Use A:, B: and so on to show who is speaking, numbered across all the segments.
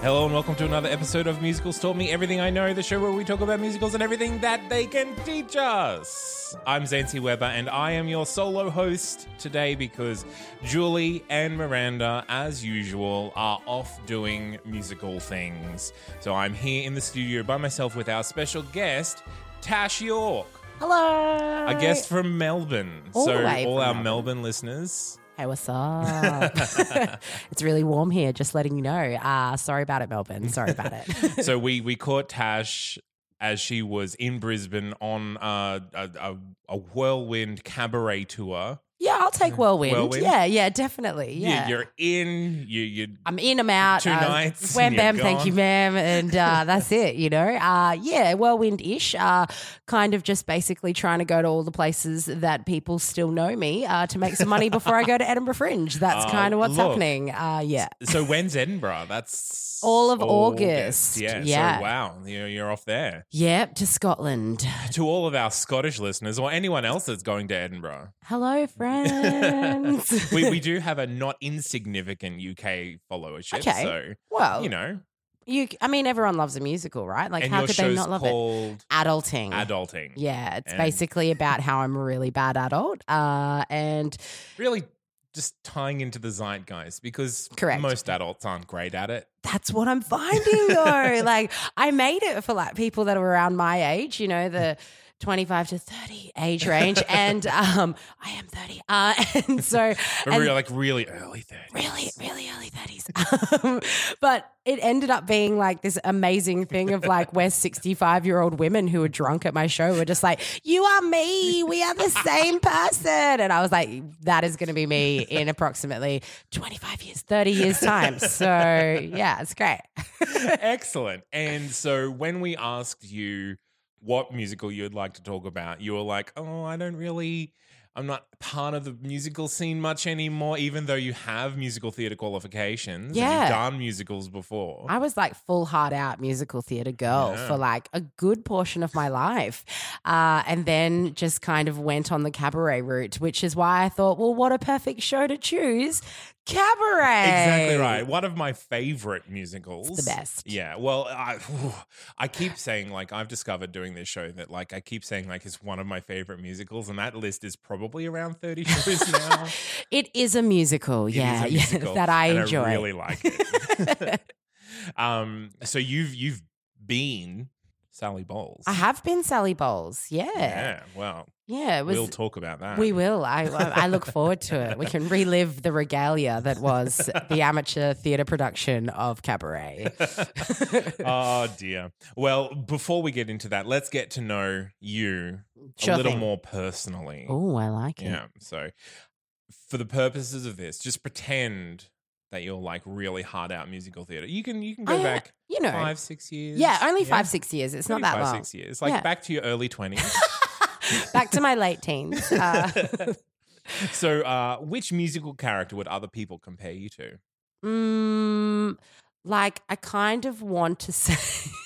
A: Hello and welcome to another episode of Musicals Taught Me Everything I Know, the show where we talk about musicals and everything that they can teach us. I'm Zancy Weber and I am your solo host today because Julie and Miranda, as usual, are off doing musical things. So I'm here in the studio by myself with our special guest, Tash York,
B: Hello.
A: a guest from Melbourne.
B: All
A: so
B: the way
A: all
B: from
A: our
B: Melbourne.
A: Melbourne listeners,
B: Hey, what's up? it's really warm here, just letting you know. Uh, sorry about it, Melbourne. Sorry about it.
A: so we we caught Tash as she was in Brisbane on uh, a, a a whirlwind cabaret tour.
B: yeah, I'll take whirlwind.
A: Whirlwind?
B: Yeah, yeah, definitely.
A: You-
B: Yeah.
A: you're in. You you.
B: I'm in, I'm out. Uh,
A: Two nights
B: Wham
A: and you're
B: bam, thank you,
A: gone.
B: ma'am. And uh, that's it, you know? Uh, yeah, whirlwind ish. Uh, kind of just basically trying to go to all the places that people still know me uh, to make some money before I go to Edinburgh Fringe. That's
A: Oh,
B: kind of what's
A: look.
B: happening. Uh, yeah.
A: So when's Edinburgh? That's
B: All of August.
A: Yeah.
B: Yeah.
A: So wow, you're, you're off there.
B: Yep, to Scotland.
A: To all of our Scottish listeners or anyone else that's going to Edinburgh,
B: Hello, friends.
A: we we do have a not insignificant UK followership.
B: Okay.
A: So
B: well,
A: you know,
B: You, I mean, everyone loves a musical, right? Like,
A: and
B: how
A: your
B: could
A: show's
B: they not love it?
A: called
B: Adulting.
A: Adulting.
B: Yeah, it's
A: And-
B: basically about how I'm a really bad adult. Uh, and
A: really just tying into the zeitgeist because
B: Correct.
A: most adults aren't great at it.
B: that's what I'm finding though. like, I made it for like people that are around my age, you know, the 25 to 30 age range. And um, I am 30. Uh, and so,
A: But
B: and
A: really, like really early 30s.
B: really, really early 30s. Um, but it ended up being like this amazing thing of like, we're 65 year old women who were drunk at my show were just like, you are me. We are the same person. And I was like, that is going to be me in approximately 25 years, 30 years' time. So yeah, it's great.
A: Excellent. And so when we asked you what musical you'd like to talk about, you were like, oh, I don't really. I'm not part of the musical scene much anymore, even though you have musical theatre qualifications. and
B: Yeah.
A: You've done musicals before.
B: I was like full hard out musical theater girl
A: Yeah.
B: for like a good portion of my life. Uh, and then just kind of went on the cabaret route, which is why I thought, well, what a perfect show to choose cabaret.
A: Exactly right. One of my favorite musicals.
B: It's the best.
A: Yeah. Well, I, I keep saying like I've discovered doing this show that like I keep saying like it's one of my favorite musicals, and that list is probably around thirty shows now.
B: It is a musical.
A: It is
B: yeah.
A: a
B: yeah,
A: musical,
B: that I
A: and
B: enjoy.
A: I really like it. um. So you've you've been Sally Bowles.
B: I have been Sally Bowles. Yeah.
A: Yeah. Well,
B: Yeah. it was,
A: we'll talk about that.
B: We will. I, I I look forward to it. We can relive the regalia that was the amateur theatre production of Cabaret.
A: oh dear. Well, before we get into that, let's get to know you
B: Sure
A: a little
B: thing.
A: more personally.
B: Oh, I like it.
A: Yeah. So, for the purposes of this, just pretend that you're like really hard out musical theater. You can you can go
B: I, uh,
A: back
B: you know.
A: five six years.
B: Yeah, only five, six years. It's
A: Maybe
B: not that
A: five,
B: long.
A: six years. Like
B: Yeah.
A: back to your early twenties.
B: Back to my late teens. Uh,
A: so, uh, which musical character would other people compare you to?
B: mm, like, I kind of want to say.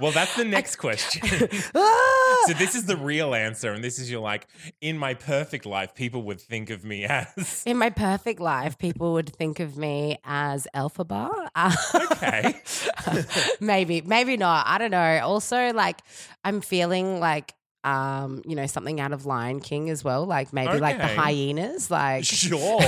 A: Well, that's the next question.
B: Ah!
A: So this is the real answer, and this is your like, in my perfect life, people would think of me as
B: in my perfect life, people would think of me as Alpha Bar. Uh,
A: okay.
B: maybe, maybe not. I don't know. Also, like, I'm feeling like um, you know, something out of Lion King as well, like maybe like the
A: Okay.
B: hyenas, like
A: Sure.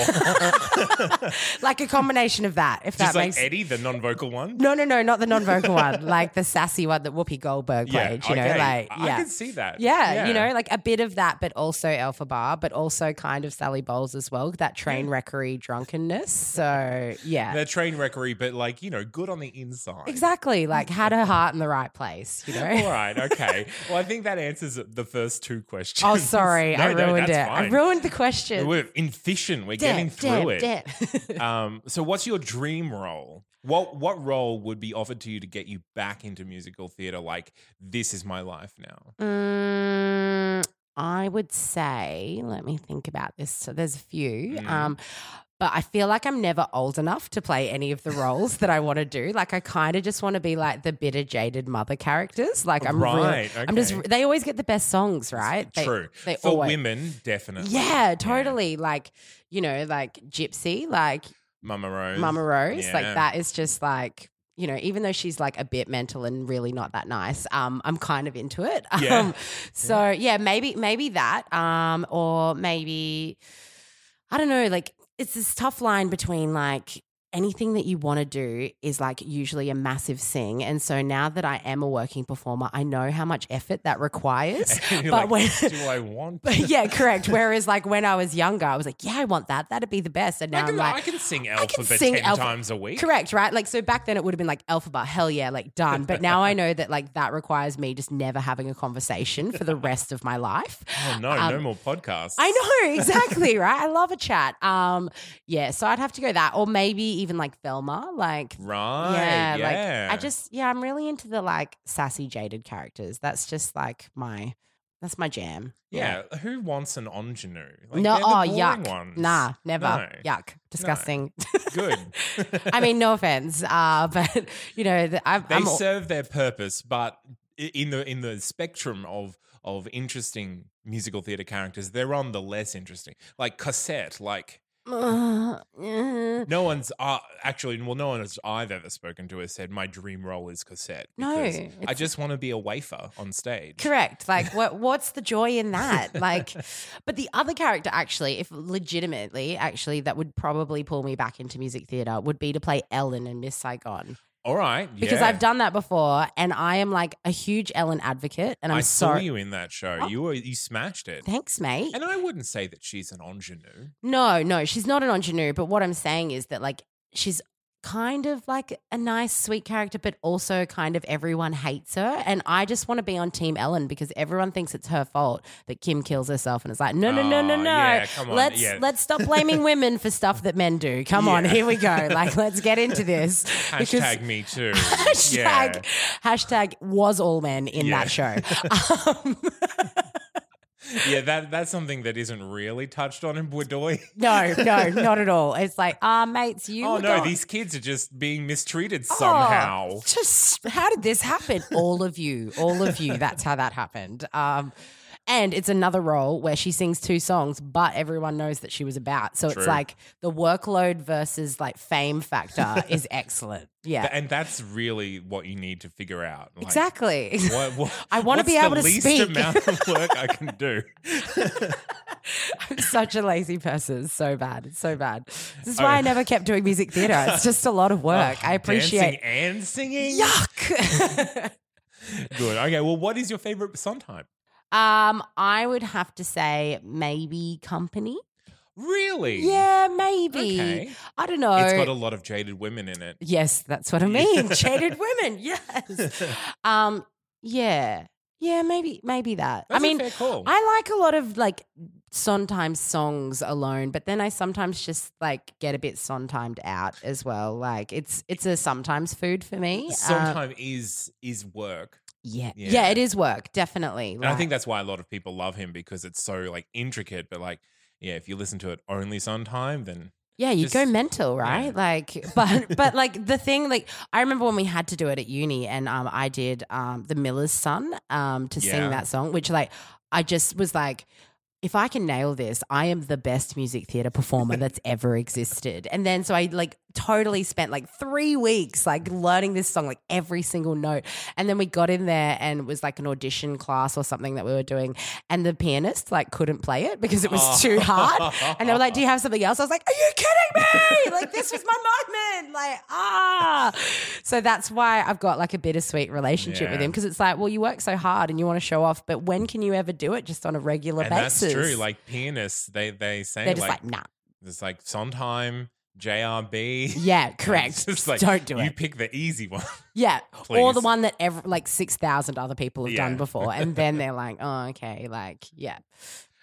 B: like a combination of that. If
A: Just
B: that
A: like
B: makes
A: Eddie, the non vocal one.
B: no, no, no, not the non-vocal one, like the sassy one that Whoopi Goldberg played. you know,
A: okay.
B: like
A: I-
B: yeah.
A: I can see that.
B: Yeah, you know, like a bit of that, but also Alpha Bar, but also kind of Sally Bowles as well, that train wreckery drunkenness. So, yeah.
A: They're train wreckery, but like, you know, good on the inside.
B: Uh, exactly. Like, had her heart in the right place, you
A: All
B: know?
A: right, okay. well, I think that answers the first two questions.
B: Oh, sorry.
A: No,
B: I
A: no,
B: ruined
A: that's
B: it. I
A: fine.
B: ruined the question.
A: We're efficient. We're getting through it. Um, so, what's your dream role? What what role would be offered to you to get you back into musical theatre? Like, this is my life now.
B: Mm, I would say, let me think about this. So there's a few.
A: Mm.
B: Um, but I feel like I'm never old enough to play any of the roles that I want to do. Like I kind of just want to be like the bitter jaded mother characters. Like I'm real-
A: right. okay.
B: I'm just they always get the best songs, right? They-
A: True.
B: They
A: For
B: always
A: women, definitely.
B: Yeah, totally. Like, you know, like Gypsy, like
A: Mama Rose.
B: Mama Rose, like
A: Yeah.
B: that is just like you know, even though she's like a bit mental and really not that nice, um, I'm kind of into it.
A: Yeah.
B: Um, so yeah. maybe maybe that, um, or maybe I don't know. Like it's this tough line between like anything that you want to do is like usually a massive sing, and so now that I am a working performer, I know how much effort that requires.
A: And you're
B: But
A: like,
B: when-
A: do I want?
B: But yeah, correct. Whereas like when I was younger, I was like, yeah, I want that. That'd be the best. And now
A: I can,
B: I'm like,
A: I can sing
B: I
A: Alphabet
B: can sing
A: ten
B: Alpha-
A: times a week.
B: Correct, right? Like, so back then it would have been like alpha bar, hell yeah, like done. But now I know that like that requires me just never having a conversation for the rest of my life.
A: Oh no, no
B: Um,
A: more podcasts.
B: I know exactly, right? I love a chat. Um, yeah, so I'd have to go that, or maybe even like Velma, like.
A: Right.
B: yeah,
A: Oh, Yeah.
B: like I just yeah, I'm really into the like sassy jaded characters. That's just like my that's my jam.
A: Yeah. Who wants an ingenue? Like,
B: no,
A: they're the
B: oh
A: boring
B: yuck.
A: Ones.
B: Nah, never.
A: No.
B: Yuck. Disgusting.
A: Good.
B: I mean, no offense, uh, but you know, the, I'm,
A: they
B: I'm all-
A: serve their purpose, but i- in the in the spectrum of of interesting musical theatre characters, they're on the less interesting. Like Cosette, like
B: Uh, yeah.
A: no one's uh, actually well, no one has I've ever spoken to has said my dream role is Cosette.
B: No,
A: because I
B: it's-
A: just want to be a wafer on stage.
B: Correct. Like, what? What's the joy in that? Like, but the other character, actually, if legitimately, actually, that would probably pull me back into music theatre would be to play Ellen in Miss Saigon
A: All right,
B: because
A: yeah.
B: I've done that before, and I am like a huge Ellen advocate, and I'm
A: I saw
B: sorry.
A: you in that show.
B: Oh.
A: You were you smashed it.
B: Thanks, mate.
A: And I wouldn't say that she's an ingenue.
B: No, no, she's not an ingenue. But what I'm saying is that, like, she's kind of like a nice, sweet character, but also kind of everyone hates her. And I just want to be on Team Ellen because everyone thinks it's her fault that Kim kills herself. And it's like, no, no, no, no,
A: Oh,
B: no.
A: yeah, come on,
B: Let's
A: yeah.
B: let's stop blaming women for stuff that men do. Come on,
A: Yeah.
B: here we go. Like, let's get into this.
A: Hashtag
B: Because-
A: me too.
B: Hashtag,
A: Yeah.
B: hashtag was all men in
A: Yeah.
B: that show. Um,
A: yeah, that that's something that isn't really touched on in Budoy.
B: no, no, not at all. It's like, ah, mates, you.
A: Oh
B: were
A: no,
B: gone.
A: these kids are just being mistreated
B: Oh,
A: somehow.
B: just how did this happen? All of you, all of you. That's how that happened. Um, and it's another role where she sings two songs, but everyone knows that she was about. So
A: True.
B: it's like the workload versus like fame factor is excellent. Yeah,
A: Th- And that's really what you need to figure out. Like,
B: exactly.
A: What, what,
B: I wanna
A: what's
B: be able
A: the
B: to
A: least
B: speak.
A: amount of work I can do.
B: I'm such a lazy person. It's so bad. It's so bad. This is why I never kept doing music theater. It's just a lot of
A: Oh,
B: work. I
A: Dancing
B: appreciate.
A: and singing.
B: Yuck.
A: Good. Okay. Well, what is your favorite song type?
B: um, I would have to say maybe company.
A: Really?
B: Yeah, maybe.
A: Okay.
B: I don't know.
A: It's got a lot of jaded women in it.
B: yes, that's what I mean. Jaded women. Yes. Um. Yeah. Yeah. Maybe. Maybe that.
A: That's
B: I mean,
A: a fair call.
B: I like a lot of like Sondheim songs alone, but then I sometimes just like get a bit Sondheimed out as well. Like it's it's a sometimes food for me. Um,
A: Sometime is is work.
B: yeah. yeah.
A: yeah.
B: It is work definitely.
A: And I think that's why a lot of people love him because it's so like intricate. But like, yeah, if you listen to it only sometime, then
B: Yeah, you go
A: Just-
B: mental, right?
A: yeah.
B: Like, but but like the thing, like I remember when we had to do it at uni, and um, I did um, the Miller's Son um to
A: Yeah.
B: sing that song, which like I just was like. if I can nail this, I am the best music theater performer that's ever existed. And then so I like totally spent like three weeks like learning this song, like every single note. And then we got in there and it was like an audition class or something that we were doing. And the pianist like couldn't play it because it was too hard. And they were like, Do you have something else? I was like, Are you kidding me? like this was my moment. Like, ah. So that's why I've got like a bittersweet relationship with
A: Yeah.
B: him because it's like, well, you work so hard and you want to show off, but when can you ever do it just on a regular
A: and
B: basis?
A: that's true. Like pianists, they they say
B: they're just
A: like,
B: like, nah.
A: it's like Sondheim, JRB.
B: Yeah,
A: It's
B: correct.
A: just like,
B: Don't do
A: You
B: it.
A: pick the easy one.
B: Yeah. Or
A: Please.
B: the one that ever, like 6,000 other people have
A: Yeah.
B: done before. And then they're like, oh, okay. Like, yeah.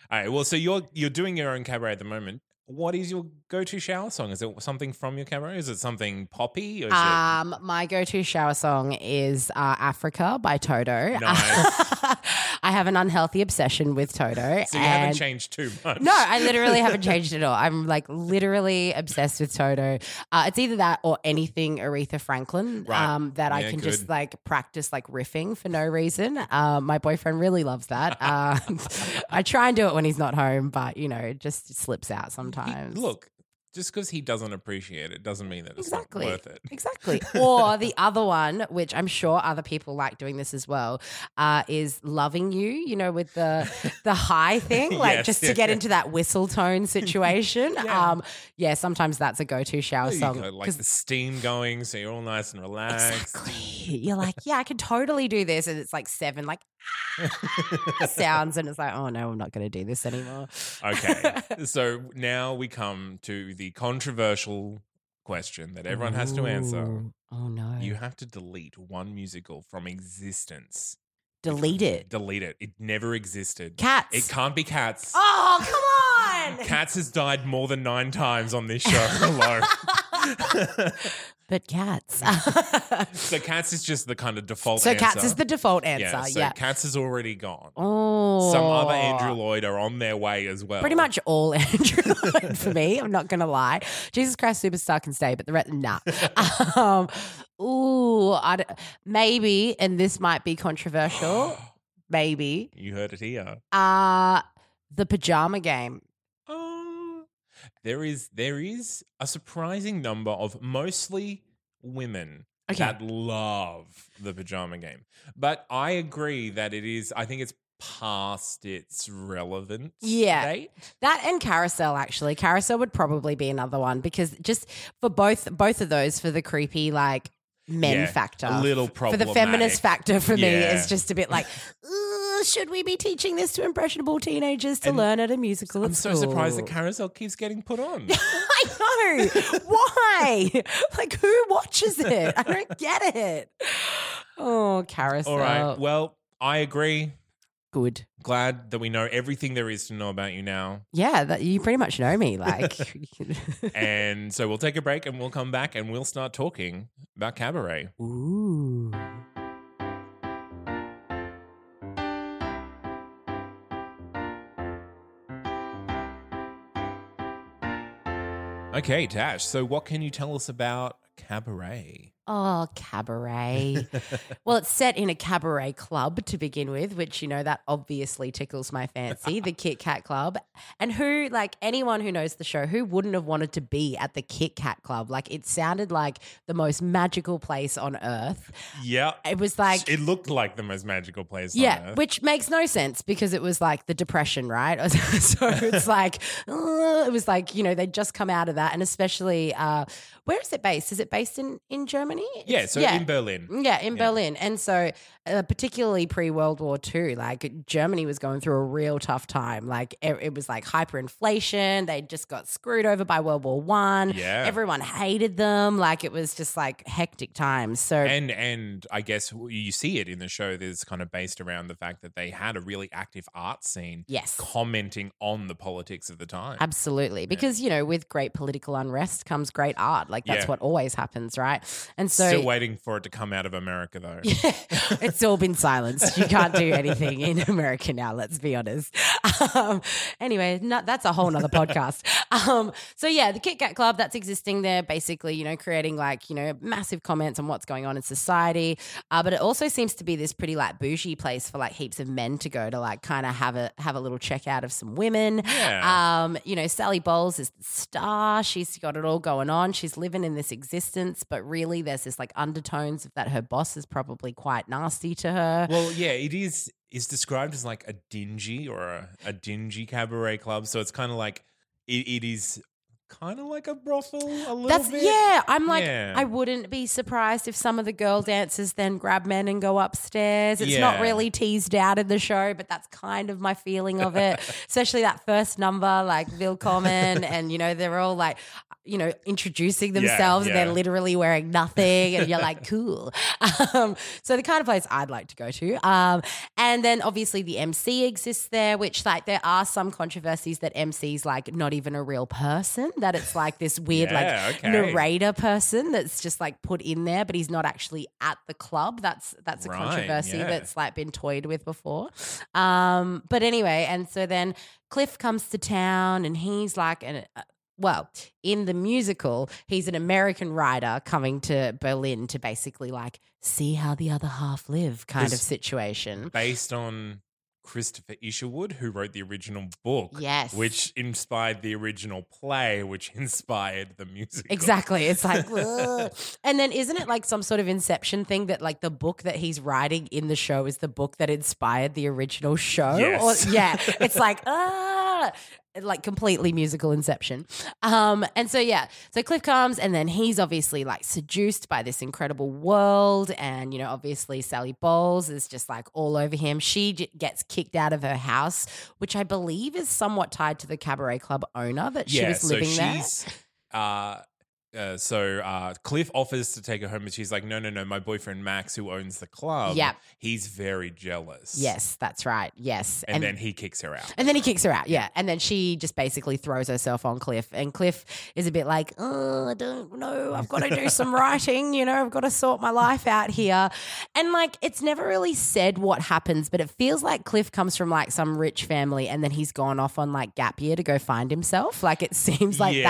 A: All right. Well, so you're you're doing your own cabaret at the moment. What is your go-to shower song? Is it something from your cabaret? Is it something poppy? Or is
B: Um, my go-to shower song is uh, "Africa" by Toto.
A: Nice.
B: I have an unhealthy obsession with Toto.
A: it, so you haven't
B: and-
A: changed too much.
B: No, I literally haven't changed at all. I'm like literally obsessed with Toto. Uh, it's either that or anything Aretha Franklin
A: Right.
B: um, that I
A: Yeah,
B: can
A: good.
B: just like practice like riffing for no reason. Uh, my boyfriend really loves that. Uh, I try and do it when he's not home, but you know, it just slips out
A: He-
B: sometimes.
A: look, just because he doesn't appreciate it doesn't mean that it's
B: Exactly.
A: not worth it.
B: Exactly. Or the other one, which I'm sure other people like doing this as well, uh, is loving you. You know, with the the high thing, like
A: Yes,
B: just to
A: yeah,
B: get
A: yeah.
B: into that whistle tone situation.
A: Yeah.
B: Um, yeah, sometimes that's a go to shower
A: You
B: song.
A: got, like
B: 'cause-
A: the steam going, so you're all nice and relaxed.
B: exactly. You're like, yeah, I can totally do this, and it's like seven, like ah, sounds, and it's like, oh no, I'm not going to do this anymore.
A: Okay. so now we come to the controversial question that everyone has to answer.
B: Ooh. Oh no,
A: You have to delete one musical from existence.
B: delete it.
A: Delete it. It never existed.
B: Cats.
A: It can't be cats.
B: oh come on.
A: Cats has died more than nine times on this show alone.
B: but cats.
A: so cats is just the kind of default
B: so
A: answer.
B: cats is the default answer.
A: yeah,
B: Yeah.
A: so cats is already gone.
B: oh.
A: Some other Andrew Lloyd are on their way as well.
B: Pretty much all Andrew Lloyd for me. I'm not gonna lie. Jesus Christ Superstar can stay, but the rest, nah. um, ooh, I d- maybe, and this might be controversial. maybe,
A: You heard it here.
B: uh, the pajama game.
A: Oh, there is there is a surprising number of mostly women
B: Okay.
A: that love the pajama game. But I agree that it is I think it's past its relevance.
B: Yeah.
A: date.
B: That and carousel actually. Carousel would probably be another one because just for both both of those for the creepy like men
A: Yeah,
B: factor.
A: a little
B: For the feminist
A: problematic.
B: factor for me
A: Yeah.
B: is just a bit like "Ugh, should we be teaching this to impressionable teenagers to
A: And
B: learn at a musical?
A: I'm
B: at
A: so surprised the
B: school?"
A: carousel keeps getting put on.
B: I know. Why? like who watches it? I don't get it. Oh, carousel.
A: All right. Well, I agree.
B: Good.
A: Glad that we know everything there is to know about you now.
B: Yeah, that, you pretty much know me. Like
A: And so we'll take a break and we'll come back and we'll start talking about cabaret.
B: Ooh.
A: Okay, Tash. So what can you tell us about cabaret?
B: Oh, cabaret. well, it's set in a cabaret club to begin with, which, you know, that obviously tickles my fancy, the Kit Kat Club. And who, like anyone who knows the show, who wouldn't have wanted to be at the Kit Kat Club? Like, it sounded like the most magical place on earth.
A: Yeah.
B: It was like.
A: it looked like the most magical place. on
B: yeah,
A: earth.
B: which makes no sense because it was like the depression, right? so it's like uh, it was like you know they would just come out of that, and especially uh, where is it based? Is it based in in Germany?
A: yeah.
B: It's-
A: So in Berlin,
B: yeah, Mm. in
A: Yeah.
B: Berlin. And so, uh, particularly pre World War II, like Germany was going through a real tough time. Like it, it was like hyperinflation. They just got screwed over by World War One.
A: Yeah.
B: Everyone hated them. Like it was just like hectic times. So,
A: and and I guess you see it in the show. That's kind of based around the fact that they had a really active art scene,
B: yes.
A: commenting on the politics of the time.
B: Absolutely. Because, you know, with great political unrest comes great art. Like that's
A: Yeah.
B: what always happens, right? And And so
A: Still waiting for it to come out of America, though.
B: it's all been silenced. You can't do anything in America now, let's be honest. Um, anyway, no, that's a whole nother podcast. Um, so, yeah, the Kit Kat Club, that's existing there, basically, you know, creating like, you know, massive comments on what's going on in society. Uh, but it also seems to be this pretty like bougie place for like heaps of men to go to like kind of have a have a little checkout of some women.
A: Yeah.
B: Um, you know, Sally Bowles is the star. She's got it all going on. She's living in this existence, but really there's this like undertones of that her boss is probably quite nasty to her.
A: Well, yeah, it is is described as like a dingy or a, a dingy cabaret club. So it's kind of like it, it is kind of like a brothel a little
B: That's
A: bit.
B: yeah. I'm like,
A: Yeah.
B: I wouldn't be surprised if some of the girl dancers then grab men and go upstairs. It's
A: Yeah.
B: not really teased out in the show, but that's kind of my feeling of it. Especially that first number, like Willkommen, and you know they're all like, you know, introducing themselves and
A: yeah.
B: they're literally wearing nothing, and you're like, cool. Um, so the kind of place I'd like to go to. Um, and then obviously the MC exists there, which like there are some controversies that MC's like not even a real person, that it's like this weird weird
A: Yeah,
B: like
A: okay.
B: narrator person that's just like put in there, but he's not actually at the club. That's that's a
A: Right,
B: controversy
A: yeah.
B: that's like been toyed with before. Um, but anyway, and so then Cliff comes to town, and he's like an. uh, well, in the musical, he's an American writer coming to Berlin to basically like see how the other half live kind
A: This-
B: of situation.
A: based on Christopher Isherwood, who wrote the original book.
B: Yes.
A: Which inspired the original play, which inspired the music.
B: Exactly. It's like, ugh. and then isn't it like some sort of inception thing that like the book that he's writing in the show is the book that inspired the original show?
A: Yes.
B: Or, yeah. It's like, ah, like completely musical inception. Um, and so, yeah. So Cliff comes and then he's obviously like seduced by this incredible world. And, you know, obviously Sally Bowles is just like all over him. She j- gets kicked out of her house, which I believe is somewhat tied to the cabaret club owner that she
A: yeah,
B: was living
A: so
B: there.
A: she's, Uh, uh, so uh, Cliff offers to take her home, and she's like, "No, no, no! My boyfriend Max, who owns the club,
B: Yep.
A: he's very jealous."
B: Yes, that's right. Yes.
A: and, then he kicks her out.
B: and then he kicks her out. Yeah. And then she just basically throws herself on Cliff. And Cliff is a bit like, oh, I don't know. I've got to do some writing. You know, I've got to sort my life out here. And like, it's never really said what happens, but it feels like Cliff comes from like some rich family and then he's gone off on like gap year to go find himself. Like, it seems like
A: Yeah,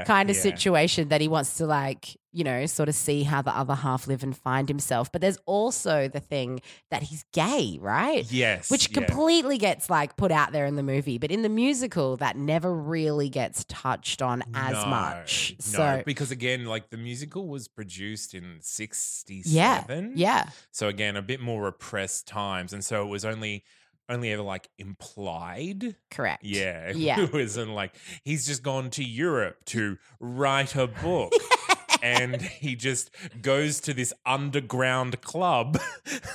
B: that kind of
A: yeah.
B: situation that he wants to like, you know, sort of see how the other half live and find himself. But there's also the thing that he's gay, right?
A: Yes,
B: which
A: yeah.
B: completely gets like put out there in the movie, but in the musical, that never really gets touched on as
A: No,
B: much.
A: No,
B: so
A: because again, like the musical was produced in '67.
B: yeah, yeah,
A: So again, a bit more repressed times, and so it was only only ever like implied.
B: correct.
A: Yeah,
B: Yeah.
A: it wasn't like he's just gone to Europe to write a book. And he just goes to this underground club.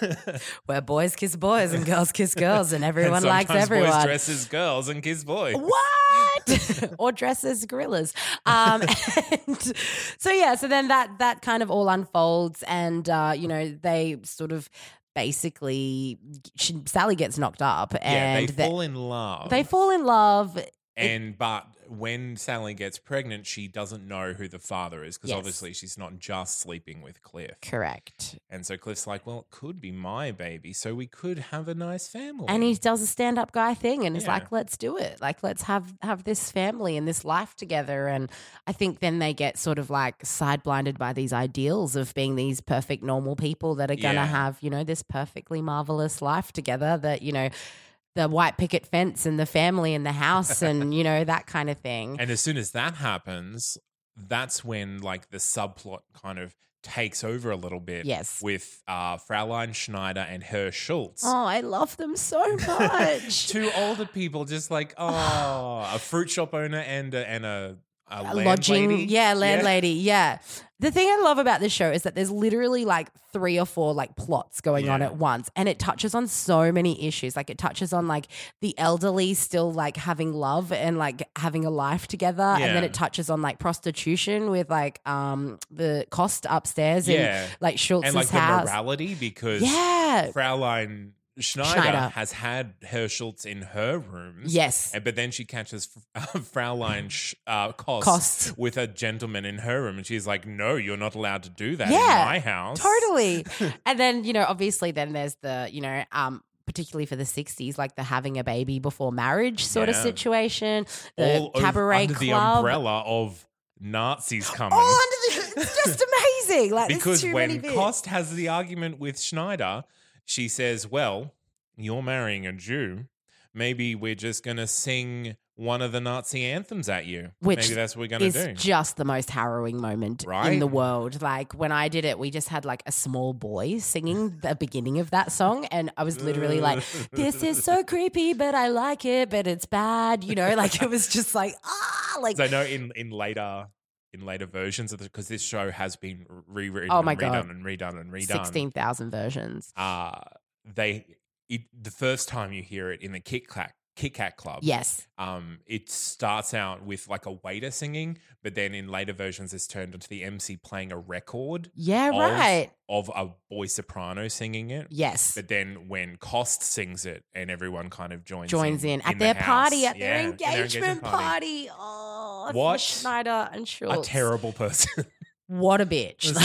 B: where boys kiss boys and girls kiss girls, and everyone
A: and
B: likes
A: sometimes Boys
B: everyone.
A: dresses girls and kiss boys.
B: what or dress as gorillas um and so yeah so then that that kind of all unfolds and uh you know they sort of basically she, sally gets knocked up
A: yeah,
B: and
A: they, fall in love.
B: they fall in love
A: And but when Sally gets pregnant, she doesn't know who the father is because
B: Yes.
A: obviously she's not just sleeping with Cliff.
B: correct
A: And so Cliff's like, "Well, it could be my baby, so we could have a nice family."
B: and he does a stand-up guy thing and is
A: Yeah.
B: like let's do it like let's have have this family and this life together and i think then they get sort of like side blinded by these ideals of being these perfect normal people that are gonna
A: Yeah.
B: have you know this perfectly marvelous life together that you know the white picket fence and the family and the house and you know that kind of thing
A: And as soon as that happens, that's when like the subplot kind of takes over a little bit.
B: Yes.
A: With uh, Fraulein Schneider and Herr Schultz.
B: oh i love them so much
A: Two older people, just like oh, a fruit shop owner and a, and a, a,
B: a
A: landlady.
B: lodging, yeah, landlady, yeah. The thing I love about this show is that there's literally like three or four like plots going on
A: Yeah.
B: at once, and it touches on so many issues. Like it touches on like the elderly still like having love and like having a life together, and then
A: Yeah.
B: it touches on like prostitution with like um the cost upstairs
A: Yeah.
B: in like Schultz's
A: and like the
B: house.
A: morality because
B: yeah,
A: Fraulein Schneider,
B: Schneider.
A: has had Herschel's in her rooms.
B: Yes.
A: And- But then she catches uh, Fraulein Sch- uh, Kost,
B: Kost.
A: with a gentleman in her room, and she's like, "No, you're not allowed to do that
B: Yeah,
A: in my house."
B: Totally. and then, you know, obviously then there's the, you know, um, particularly for the 60s, like the having a baby before marriage sort
A: Yeah.
B: of situation, the
A: All
B: cabaret
A: over, under the
B: club.
A: umbrella of Nazis coming.
B: All under the, it's just amazing. Like, there's
A: because
B: Uh, too many
A: when
B: bits.
A: Kost has the argument with Schneider, she says, "Well, you're marrying a Jew. Maybe we're just going to sing one of the Nazi anthems at you.
B: Which
A: Maybe that's what we're going
B: It's
A: to do."
B: just the most harrowing moment
A: Right?
B: in the world. Like when I did it, we just had like a small boy singing the beginning of that song, and I was literally like, "This is so creepy, but I like it, but it's bad," you know. Like it was just like ah, like
A: Because I know in in later in later versions of the because this show has been rewritten,
B: Oh my
A: and redone
B: God.
A: and redone and redone.
B: sixteen thousand versions.
A: Uh, they it, the first time you hear it in the Kit Kat Kit Kat Club,
B: Yes,
A: um, it starts out with like a waiter singing, but then in later versions, it's turned into the MC playing a record
B: yeah,
A: Of-
B: Oh, right.
A: of a boy soprano singing it.
B: Yes,
A: But then when Cost sings it and everyone kind of joins
B: joins in at
A: the
B: their
A: house.
B: party, at
A: Yeah,
B: their engagement party. Oh,
A: What
B: Schneider and
A: A
B: Schultz.
A: terrible person.
B: What a bitch!
A: It's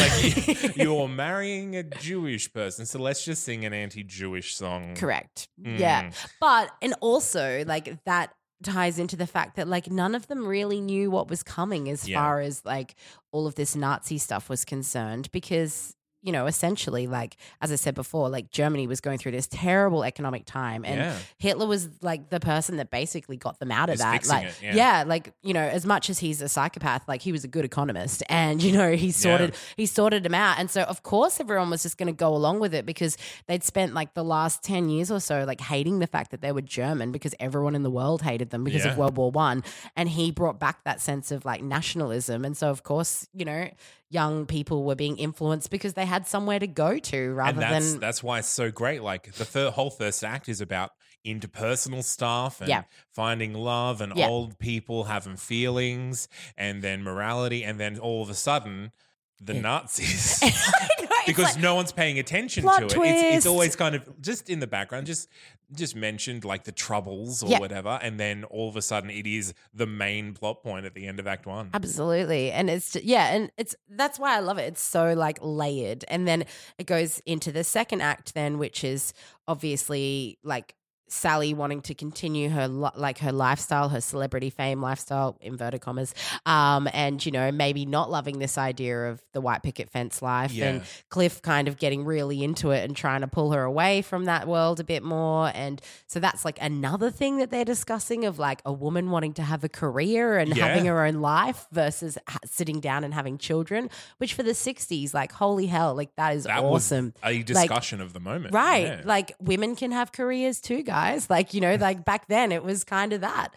A: like you- you're marrying a Jewish person, so let's just sing an anti-Jewish song.
B: Correct.
A: Mm.
B: Yeah. But and also like that ties into the fact that like none of them really knew what was coming as
A: Yeah.
B: far as like all of this Nazi stuff was concerned because you know essentially like as i said before like germany was going through this terrible economic time and
A: yeah.
B: hitler was like the person that basically got them out of
A: Is
B: that
A: fixing
B: like
A: it, yeah.
B: yeah. like you know as much as he's a psychopath like he was a good economist and you know he sorted he sorted him out and so of course everyone was just going to go along with it because they'd spent like the last 10 years or so like hating the fact that they were german because everyone in the world hated them because
A: Yeah.
B: of world war one and he brought back that sense of like nationalism and so of course you know young people were being influenced because they had somewhere to go to
A: and
B: rather
A: that's
B: than
A: that's why it's so great. Like the fir- whole first act is about interpersonal stuff and
B: Yeah.
A: finding love and
B: Yeah.
A: old people having feelings and then morality and then all of a sudden the Nazis
B: I know, it's
A: because
B: like-
A: no one's paying attention to
B: Plot
A: it. It's, it's
B: twist.
A: always kind of just in the background, just just mentioned like the troubles or
B: Yeah.
A: whatever, and then all of a sudden it is the main plot point at the end of Act One.
B: Absolutely. And it's just, yeah, and it's that's why I love it. It's so like layered. And then it goes into the second act then which is obviously like Sally wanting to continue her li- like her lifestyle, her celebrity fame lifestyle, inverted commas, um, and you know maybe not loving this idea of the white picket fence life, and
A: Yeah.
B: Cliff kind of getting really into it and trying to pull her away from that world a bit more, and so that's like another thing that they're discussing of like a woman wanting to have a career and
A: Yeah.
B: having her own life versus ha- sitting down and having children, which for the '60s, like holy hell, like that is
A: That
B: awesome.
A: was a discussion of the moment,
B: Right.
A: Yeah.
B: Like women can have careers too, guys. Like, you know, like back then it was kind of that.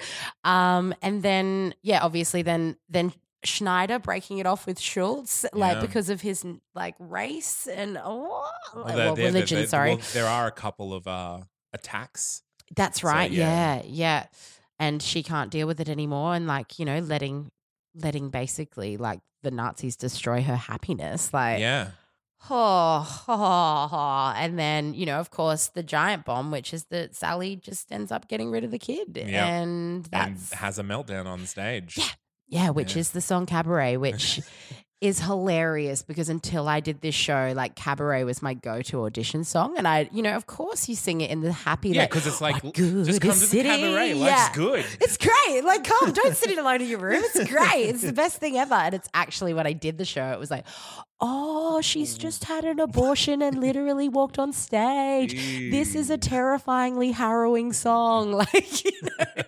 B: Um, and then yeah, obviously then then Schneider breaking it off with Schultz, like
A: Yeah.
B: because of his like race and oh,
A: Well,
B: like,
A: there- there-
B: well,
A: there-
B: religion,
A: there-
B: sorry.
A: well, there are a couple of uh, attacks.
B: That's
A: So,
B: right.
A: yeah.
B: yeah. yeah, And she can't deal with it anymore and like, you know, letting letting basically like the Nazis destroy her happiness. Like
A: Yeah.
B: Oh, and then you know, of course, the giant bomb, which is that Sally just ends up getting rid of the kid,
A: Yeah.
B: and
A: and
B: that's
A: has a meltdown on stage.
B: Yeah. yeah, which
A: Yeah.
B: is the song Cabaret, which is hilarious because until I did this show, like Cabaret was my go-to audition song, and I, you know, of course, you sing it in the happy,
A: Yeah,
B: like,
A: because it's like
B: "What good
A: just come to
B: is
A: the cabaret.
B: city?"
A: Life's
B: Yeah.
A: good.
B: It's great. Like, come, don't sit it alone in your room. It's great. It's the best thing ever. And it's actually when I did the show, it was like, oh,
A: Mm.
B: she's just had an abortion and literally walked on stage. This is a terrifyingly harrowing song. Like, you know,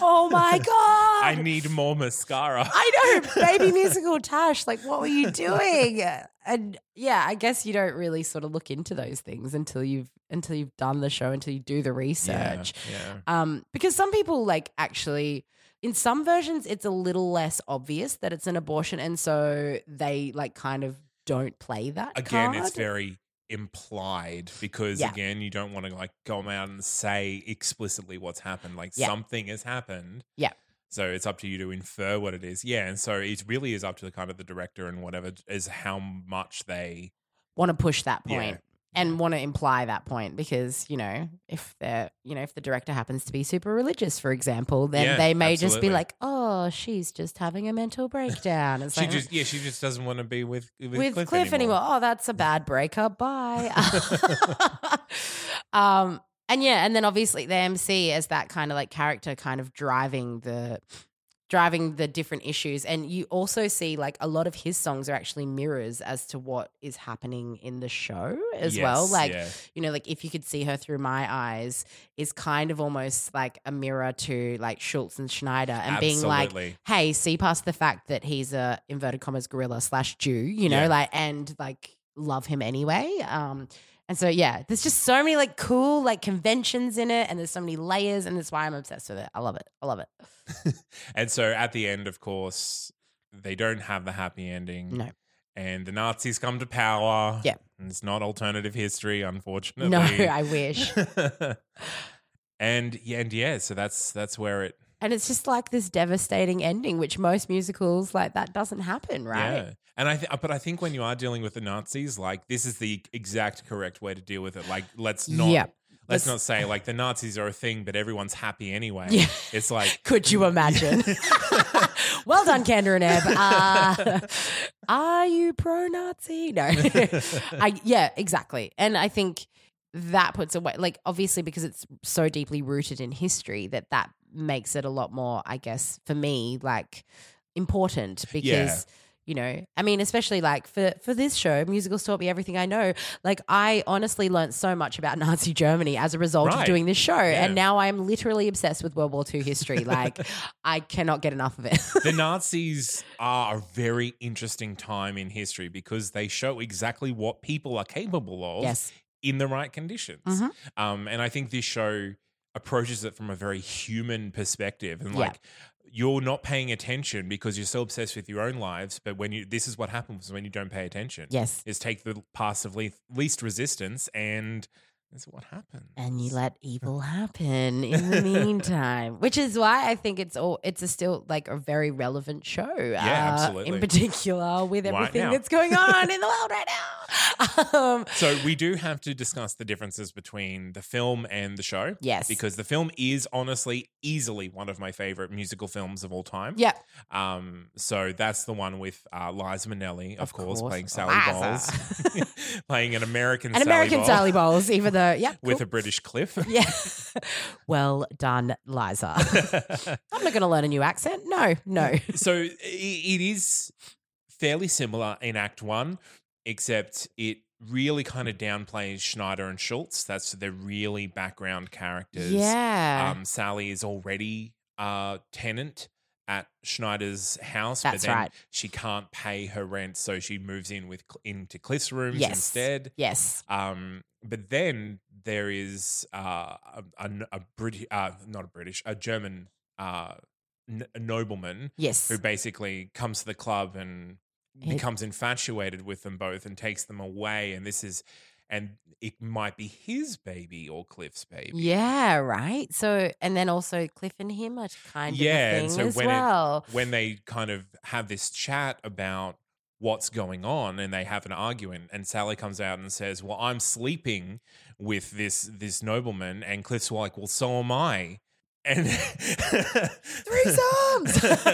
B: oh my God.
A: I need more mascara.
B: I know, baby musical Tash. Like, what were you doing? And yeah, I guess you don't really sort of look into those things until you've until you've done the show, until you do the
A: Yeah,
B: research.
A: yeah.
B: Um, because some people like actually in some versions it's a little less obvious that it's an abortion and so they like kind of don't play that.
A: Again,
B: card.
A: it's very implied because
B: Yeah.
A: again, you don't want to like come out and say explicitly what's happened. Like
B: Yeah.
A: something has happened.
B: Yeah.
A: So it's up to you to infer what it is. Yeah. And so it really is up to the kind of the director and whatever is how much they
B: want to push that
A: Yeah.
B: point. and want to imply that point because you know if they're you know if the director happens to be super religious for example then
A: Yeah,
B: they may just be
A: absolutely.
B: like oh she's just having a mental breakdown it's
A: She
B: like
A: just yeah, she just doesn't want to be with with,
B: with Cliff, anymore. Oh, that's a bad breakup. Bye. um, and yeah, and then obviously the MC as that kind of like character kind of driving the driving the different issues. And you also see like a lot of his songs are actually mirrors as to what is happening in the show as well.
A: Yes,
B: Like
A: yeah.
B: you know, like if you could see her through my eyes is kind of almost like a mirror to like Schultz and Schneider and being like
A: Absolutely.
B: hey, see past the fact that he's a inverted commas gorilla slash Jew, you know,
A: Yeah.
B: like and like love him anyway. Um, and so yeah, there's just so many like cool like conventions in it, and there's so many layers, and that's why I'm obsessed with it. I love it. I love it.
A: and so at the end, of course, they don't have the happy ending.
B: No.
A: And the Nazis come to power.
B: Yeah.
A: And it's not alternative history, unfortunately.
B: No, I wish.
A: and yeah, and yeah, so that's that's where it
B: and it's just like this devastating ending, which most musicals like that doesn't happen, right?
A: Yeah. And I, th- but I think when you are dealing with the Nazis, like this is the e, exact correct way to deal with it. Like, let's not,
B: Yeah.
A: let's,
B: Let's-
A: not say like the Nazis are a thing, but everyone's happy anyway.
B: Yeah.
A: It's like,
B: Could you imagine? well done, Kendra and Eb. Uh, are you pro Nazi? No. I, yeah, exactly. And I think that puts away, like, obviously, because it's so deeply rooted in history, that that makes it a lot more, I guess, for me, like, important because.
A: Yeah.
B: You know, I mean, especially like for for this show, musicals taught me everything I know. Like, I honestly learned so much about Nazi Germany as a result of
A: Right.
B: doing this show, and
A: Yeah.
B: now I am literally obsessed with World War II history. Like, I cannot get enough of it.
A: the Nazis are a very interesting time in history because they show exactly what people are capable of
B: yes.
A: in the right conditions.
B: Mhm.
A: Um, and I think this show approaches it from a very human perspective and
B: Yeah.
A: like you're not paying attention because you're so obsessed with your own lives but when you this is what happens when you don't pay attention
B: Yes.
A: is take the path of least, least resistance and that's what happens
B: And you
A: uh
B: let evil happen in the meantime, which is why I think it's all it's a still like a very relevant show. uh,
A: Yeah,
B: In
A: absolutely.
B: particular, with
A: Right
B: everything
A: now.
B: that's going on in the world right now. Um,
A: so we do have to discuss the differences between the film and the show
B: yes.
A: because the film is honestly easily one of my favorite musical films of all time
B: yeah,
A: Um, so that's the one with uh, Liza Minnelli, of,
B: Of
A: course,
B: course.
A: playing Sally
B: Liza.
A: Bowles, playing an American
B: an
A: Sally
B: American
A: Bowles
B: Sally Bowles, even though yeah,
A: with
B: cool.
A: a British Cliff.
B: yeah. well done, Liza. I'm not going to learn a new accent. No, no.
A: so i it is fairly similar in Act One, except it really kind of downplays Schneider and Schultz. That's their really background characters.
B: Yeah.
A: Um, Sally is already a tenant at Schneider's house.
B: That's
A: but then
B: right.
A: She can't pay her rent, so she moves in with Cl- into Cliff's rooms
B: Yes.
A: instead.
B: yes.
A: Um, but then there is uh, a, a, British, uh, not a British, a German uh, n- nobleman
B: Yes.
A: who basically comes to the club and
B: It-
A: becomes infatuated with them both and takes them away. And this is, and it might be his baby or Cliff's baby.
B: Yeah, right. So, and then also Cliff and him are kind of
A: Yeah,
B: a
A: and
B: thing
A: so
B: as
A: when it-
B: well.
A: When they kind of have this chat about what's going on and they have an argument and Sally comes out and says, "Well, I'm sleeping with this this nobleman." And Cliff's like, "Well, so am I." And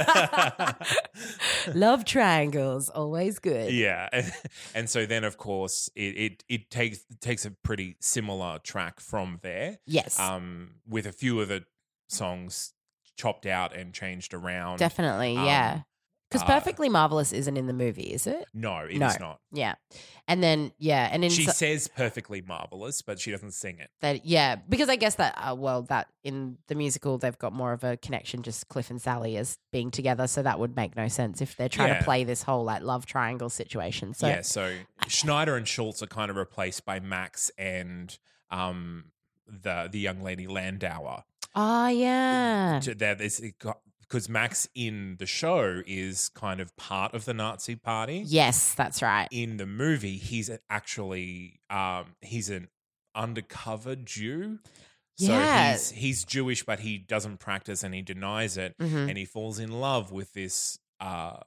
B: Threesomes! Love triangles, always good.
A: Yeah, and, and so then of course it, it it takes takes a pretty similar track from there,
B: Yes,
A: um, with a few of the songs chopped out and changed around.
B: definitely.
A: um,
B: yeah, because
A: uh,
B: perfectly marvelous isn't in the movie, is it?
A: No, it is
B: No.
A: not.
B: Yeah, and then yeah, and in
A: She
B: so-
A: says perfectly marvelous, but she doesn't sing it.
B: that yeah, because I guess that uh, well, that in the musical they've got more of a connection, just Cliff and Sally as being together, so that would make no sense if they're trying
A: Yeah.
B: to play this whole like love triangle situation. So
A: yeah, so Schneider and Schultz are kind of replaced by Max and um the the young lady Landauer.
B: oh yeah,
A: To- That is because Max in the show is kind of part of the Nazi party.
B: yes, that's right.
A: In the movie, he's actually um he's an undercover Jew. So
B: Yeah.
A: he's he's Jewish, but he doesn't practice and he denies it.
B: Mm-hmm.
A: and he falls in love with this uh,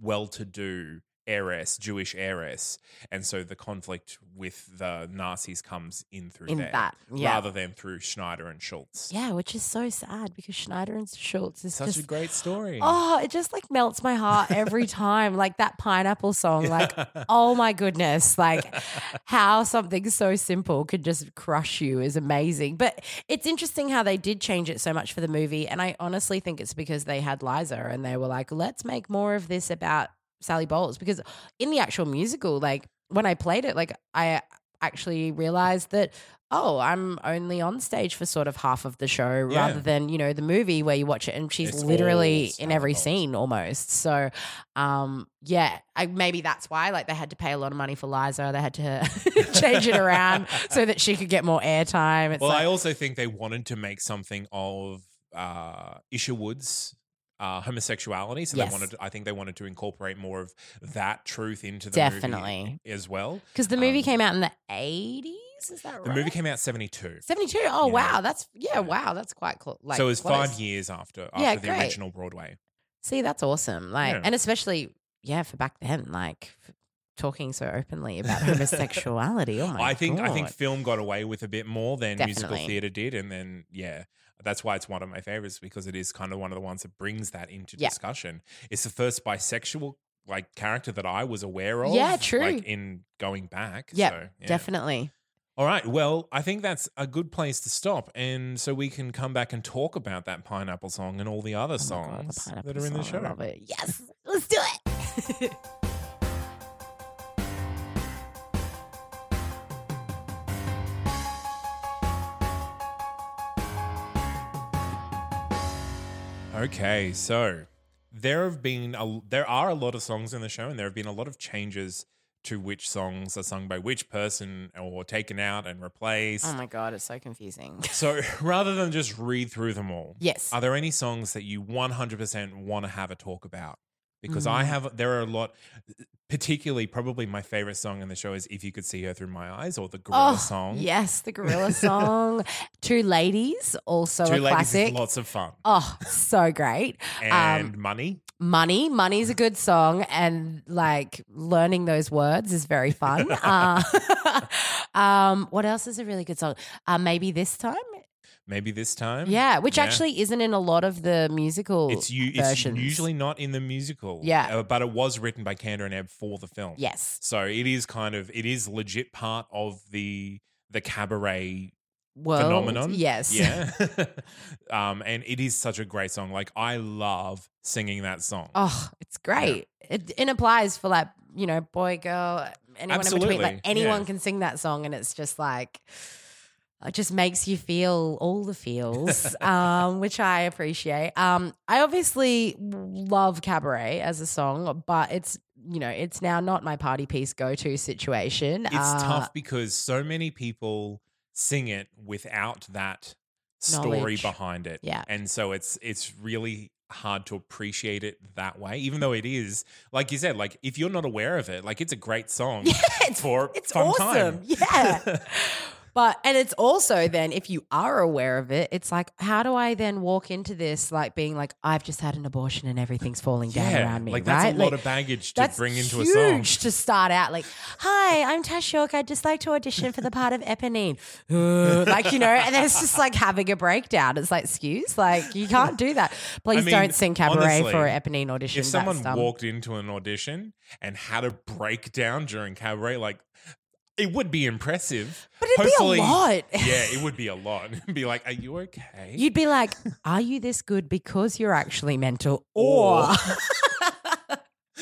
A: well-to-do heiress, Jewish heiress, and so the conflict with the Nazis comes in through
B: in
A: there
B: that. Yeah.
A: rather than through Schneider and Schultz.
B: yeah, which is so sad because Schneider and Schultz is
A: Such
B: just
A: a great story.
B: Oh, it just like melts my heart every time. Like that pineapple song. Like, oh my goodness. Like how something so simple could just crush you is amazing. But it's interesting how they did change it so much for the movie. And I honestly think it's because they had Liza and they were like, let's make more of this about Sally Bowles. Because in the actual musical, like when I played it, like I actually realized that oh i'm only on stage for sort of half of the show
A: Yeah.
B: rather than you know the movie where you watch it and she's
A: It's all
B: literally in
A: Sally
B: every
A: Bowles.
B: scene almost so um yeah I, maybe that's why like they had to pay a lot of money for liza they had to change it around so that she could get more airtime it's
A: well,
B: like
A: I also think they wanted to make something of uh, Isha Woods. Uh, homosexuality, so
B: Yes.
A: they wanted. I think they wanted to incorporate more of that truth into the
B: Definitely.
A: movie as well.
B: because the movie
A: um,
B: came out in the 80s is that
A: The
B: right
A: movie came out seventy two,
B: 72 oh
A: Yeah.
B: wow that's yeah wow that's quite cool like
A: so it was
B: close.
A: five years after after
B: Yeah,
A: the
B: great.
A: original Broadway.
B: See, that's awesome. Like,
A: Yeah.
B: and especially, yeah, for back then, like f- talking so openly about homosexuality. Oh my
A: I think I think
B: God.
A: film got away with a bit more than musical
B: Definitely.
A: theater did, and then yeah, that's why it's one of my favorites because it is kind of one of the ones that brings that into
B: Yeah.
A: discussion. It's the first bisexual like character that I was aware of.
B: Yeah, true.
A: Like in going back.
B: Yep,
A: so, yeah.
B: definitely.
A: All right. Well, I think that's a good place to stop, and so we can come back and talk about that pineapple song and all the other
B: Oh my God, the
A: songs
B: pineapple
A: that are in the
B: song,
A: show.
B: I love it. Yes, let's do it.
A: Okay, so there have been a, there are a lot of songs in the show, and there have been a lot of changes to which songs are sung by which person or taken out and replaced.
B: oh my God, it's so confusing.
A: so rather than just read through them all,
B: Yes.
A: are there any songs that you 100% want to have a talk about? Because I
B: Mm.
A: have, there are a lot, particularly probably my favorite song in the show is If You Could See Her Through My Eyes or the Gorilla
B: oh,
A: Song.
B: Yes, the gorilla song. Two ladies, also
A: Two
B: a
A: Ladies
B: classic. Um,
A: is lots of fun.
B: Oh, so great.
A: and Money.
B: Money, money's a good song, and like learning those words is very fun. Uh, um, what else is a really good song? Uh, maybe this time,
A: Maybe this time.
B: yeah, which
A: Oh, Yeah.
B: actually isn't in a lot of the musical
A: It's, u- it's
B: versions.
A: usually not in the musical.
B: Yeah.
A: uh, but it was written by Kander and Ebb for the film.
B: yes,
A: So it is kind of it is legit part of the the cabaret
B: world.
A: phenomenon.
B: Yes,
A: Yeah. um, and it is such a great song. Like I love singing that song.
B: Oh, it's great. It, it applies for like you know boy, girl, anyone in between.
A: Absolutely,
B: Like anyone
A: yeah.
B: can sing that song, and it's just like it just makes you feel all the feels, um, which I appreciate. Um, I obviously love cabaret as a song, but it's you know it's now not my party piece go to situation. Uh,
A: It's
B: Ah.
A: tough because so many people sing it without that story
B: Knowledge.
A: behind it.
B: Yeah.
A: And so it's it's really hard to appreciate it that way, even though it is, like you said, like if you're not aware of it, like it's a great song.
B: Yeah, it's
A: for
B: It's
A: fun
B: awesome.
A: time.
B: Yeah. but and it's also then if you are aware of it, it's like how do I then walk into this like being like I've just had an abortion and everything's falling down around me,
A: like that's
B: right?
A: a lot
B: Like,
A: of baggage to
B: that's
A: bring into
B: huge
A: a song.
B: to start out like, "Hi, I'm Tash York. I'd just like to audition for the part of Eponine." Uh, like you know, and then it's just like having a breakdown. It's like, "Excuse, like you can't do that. Please
A: mean,
B: don't sing cabaret
A: honestly,
B: for an Eponine audition."
A: If someone
B: that's dumb.
A: walked into an audition and had a breakdown during cabaret, like it would be impressive.
B: but it'd
A: Hopefully-
B: be a lot.
A: yeah, it would be a lot. It'd be like, "Are you okay?"
B: You'd be like, are you this good because you're actually mental or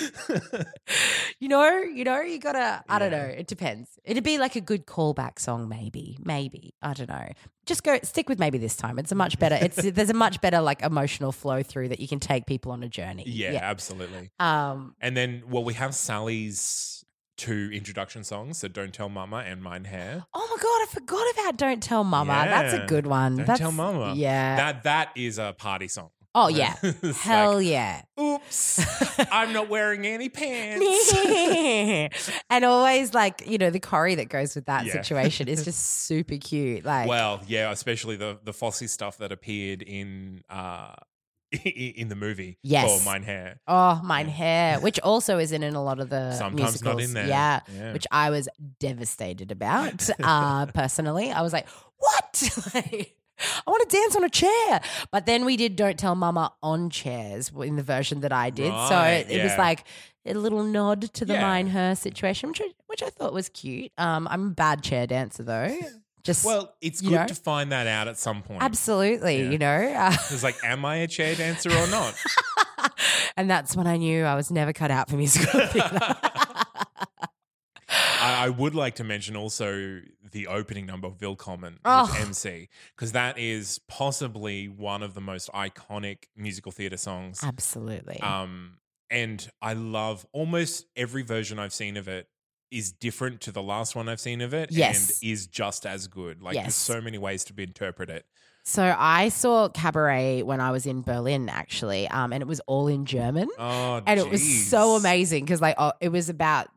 B: you know, you know, you gotta I don't
A: Yeah.
B: know, it depends. It'd be like a good callback song, maybe. Maybe. I don't know. Just go stick with maybe this time. It's a much better it's there's a much better like emotional flow through that you can take people on a journey.
A: yeah, absolutely.
B: Yeah. Um
A: And then, well, we have Sally's two introduction songs, so "Don't Tell Mama" and "Mine Hair."
B: Oh my god, I forgot about Don't Tell Mama. That's
A: Yeah.
B: a good one.
A: Don't
B: Um, That's,
A: tell Mama.
B: Yeah.
A: That that is a party song.
B: oh yeah.
A: It's
B: Hell
A: like,
B: yeah.
A: Oops, I'm not wearing any pants.
B: and always like you know the Corey that goes with that
A: Yeah.
B: situation is just super cute. Like
A: Well, yeah, especially the the Fosse stuff that appeared in uh, in the movie
B: Yes.
A: for Mine Hair.
B: Oh, mine hair, which also isn't in a lot of the
A: Sometimes not
B: musicals.
A: in there.
B: Yeah,
A: Yeah.
B: which I was devastated about. uh, personally, I was like, "What? like, I want to dance on a chair." But then we did "Don't Tell Mama" on chairs in the version that I did,
A: Right,
B: so it was
A: yeah.
B: like a little nod to the
A: Yeah.
B: mine her situation, which I, which I thought was cute. Um, I'm a bad chair dancer though. Just
A: Well, it's
B: You
A: good
B: know?
A: to find that out at some point.
B: absolutely,
A: Yeah.
B: you know. Uh,
A: It's like, am I a chair dancer or not?
B: and that's when I knew I was never cut out for musical theatre.
A: I, I would like to mention also the opening number of Vilcommon
B: Oh.
A: with MC, because that is possibly one of the most iconic musical theatre songs.
B: Absolutely.
A: Um, and I love almost every version I've seen of it is different to the last one I've seen of it
B: Yes.
A: and is just as good. Like
B: Yes.
A: there's so many ways to interpret it.
B: So I saw Cabaret when I was in Berlin, actually, um, and it was all in German,
A: Oh,
B: and it was
A: jeez.
B: so amazing because like oh, it was about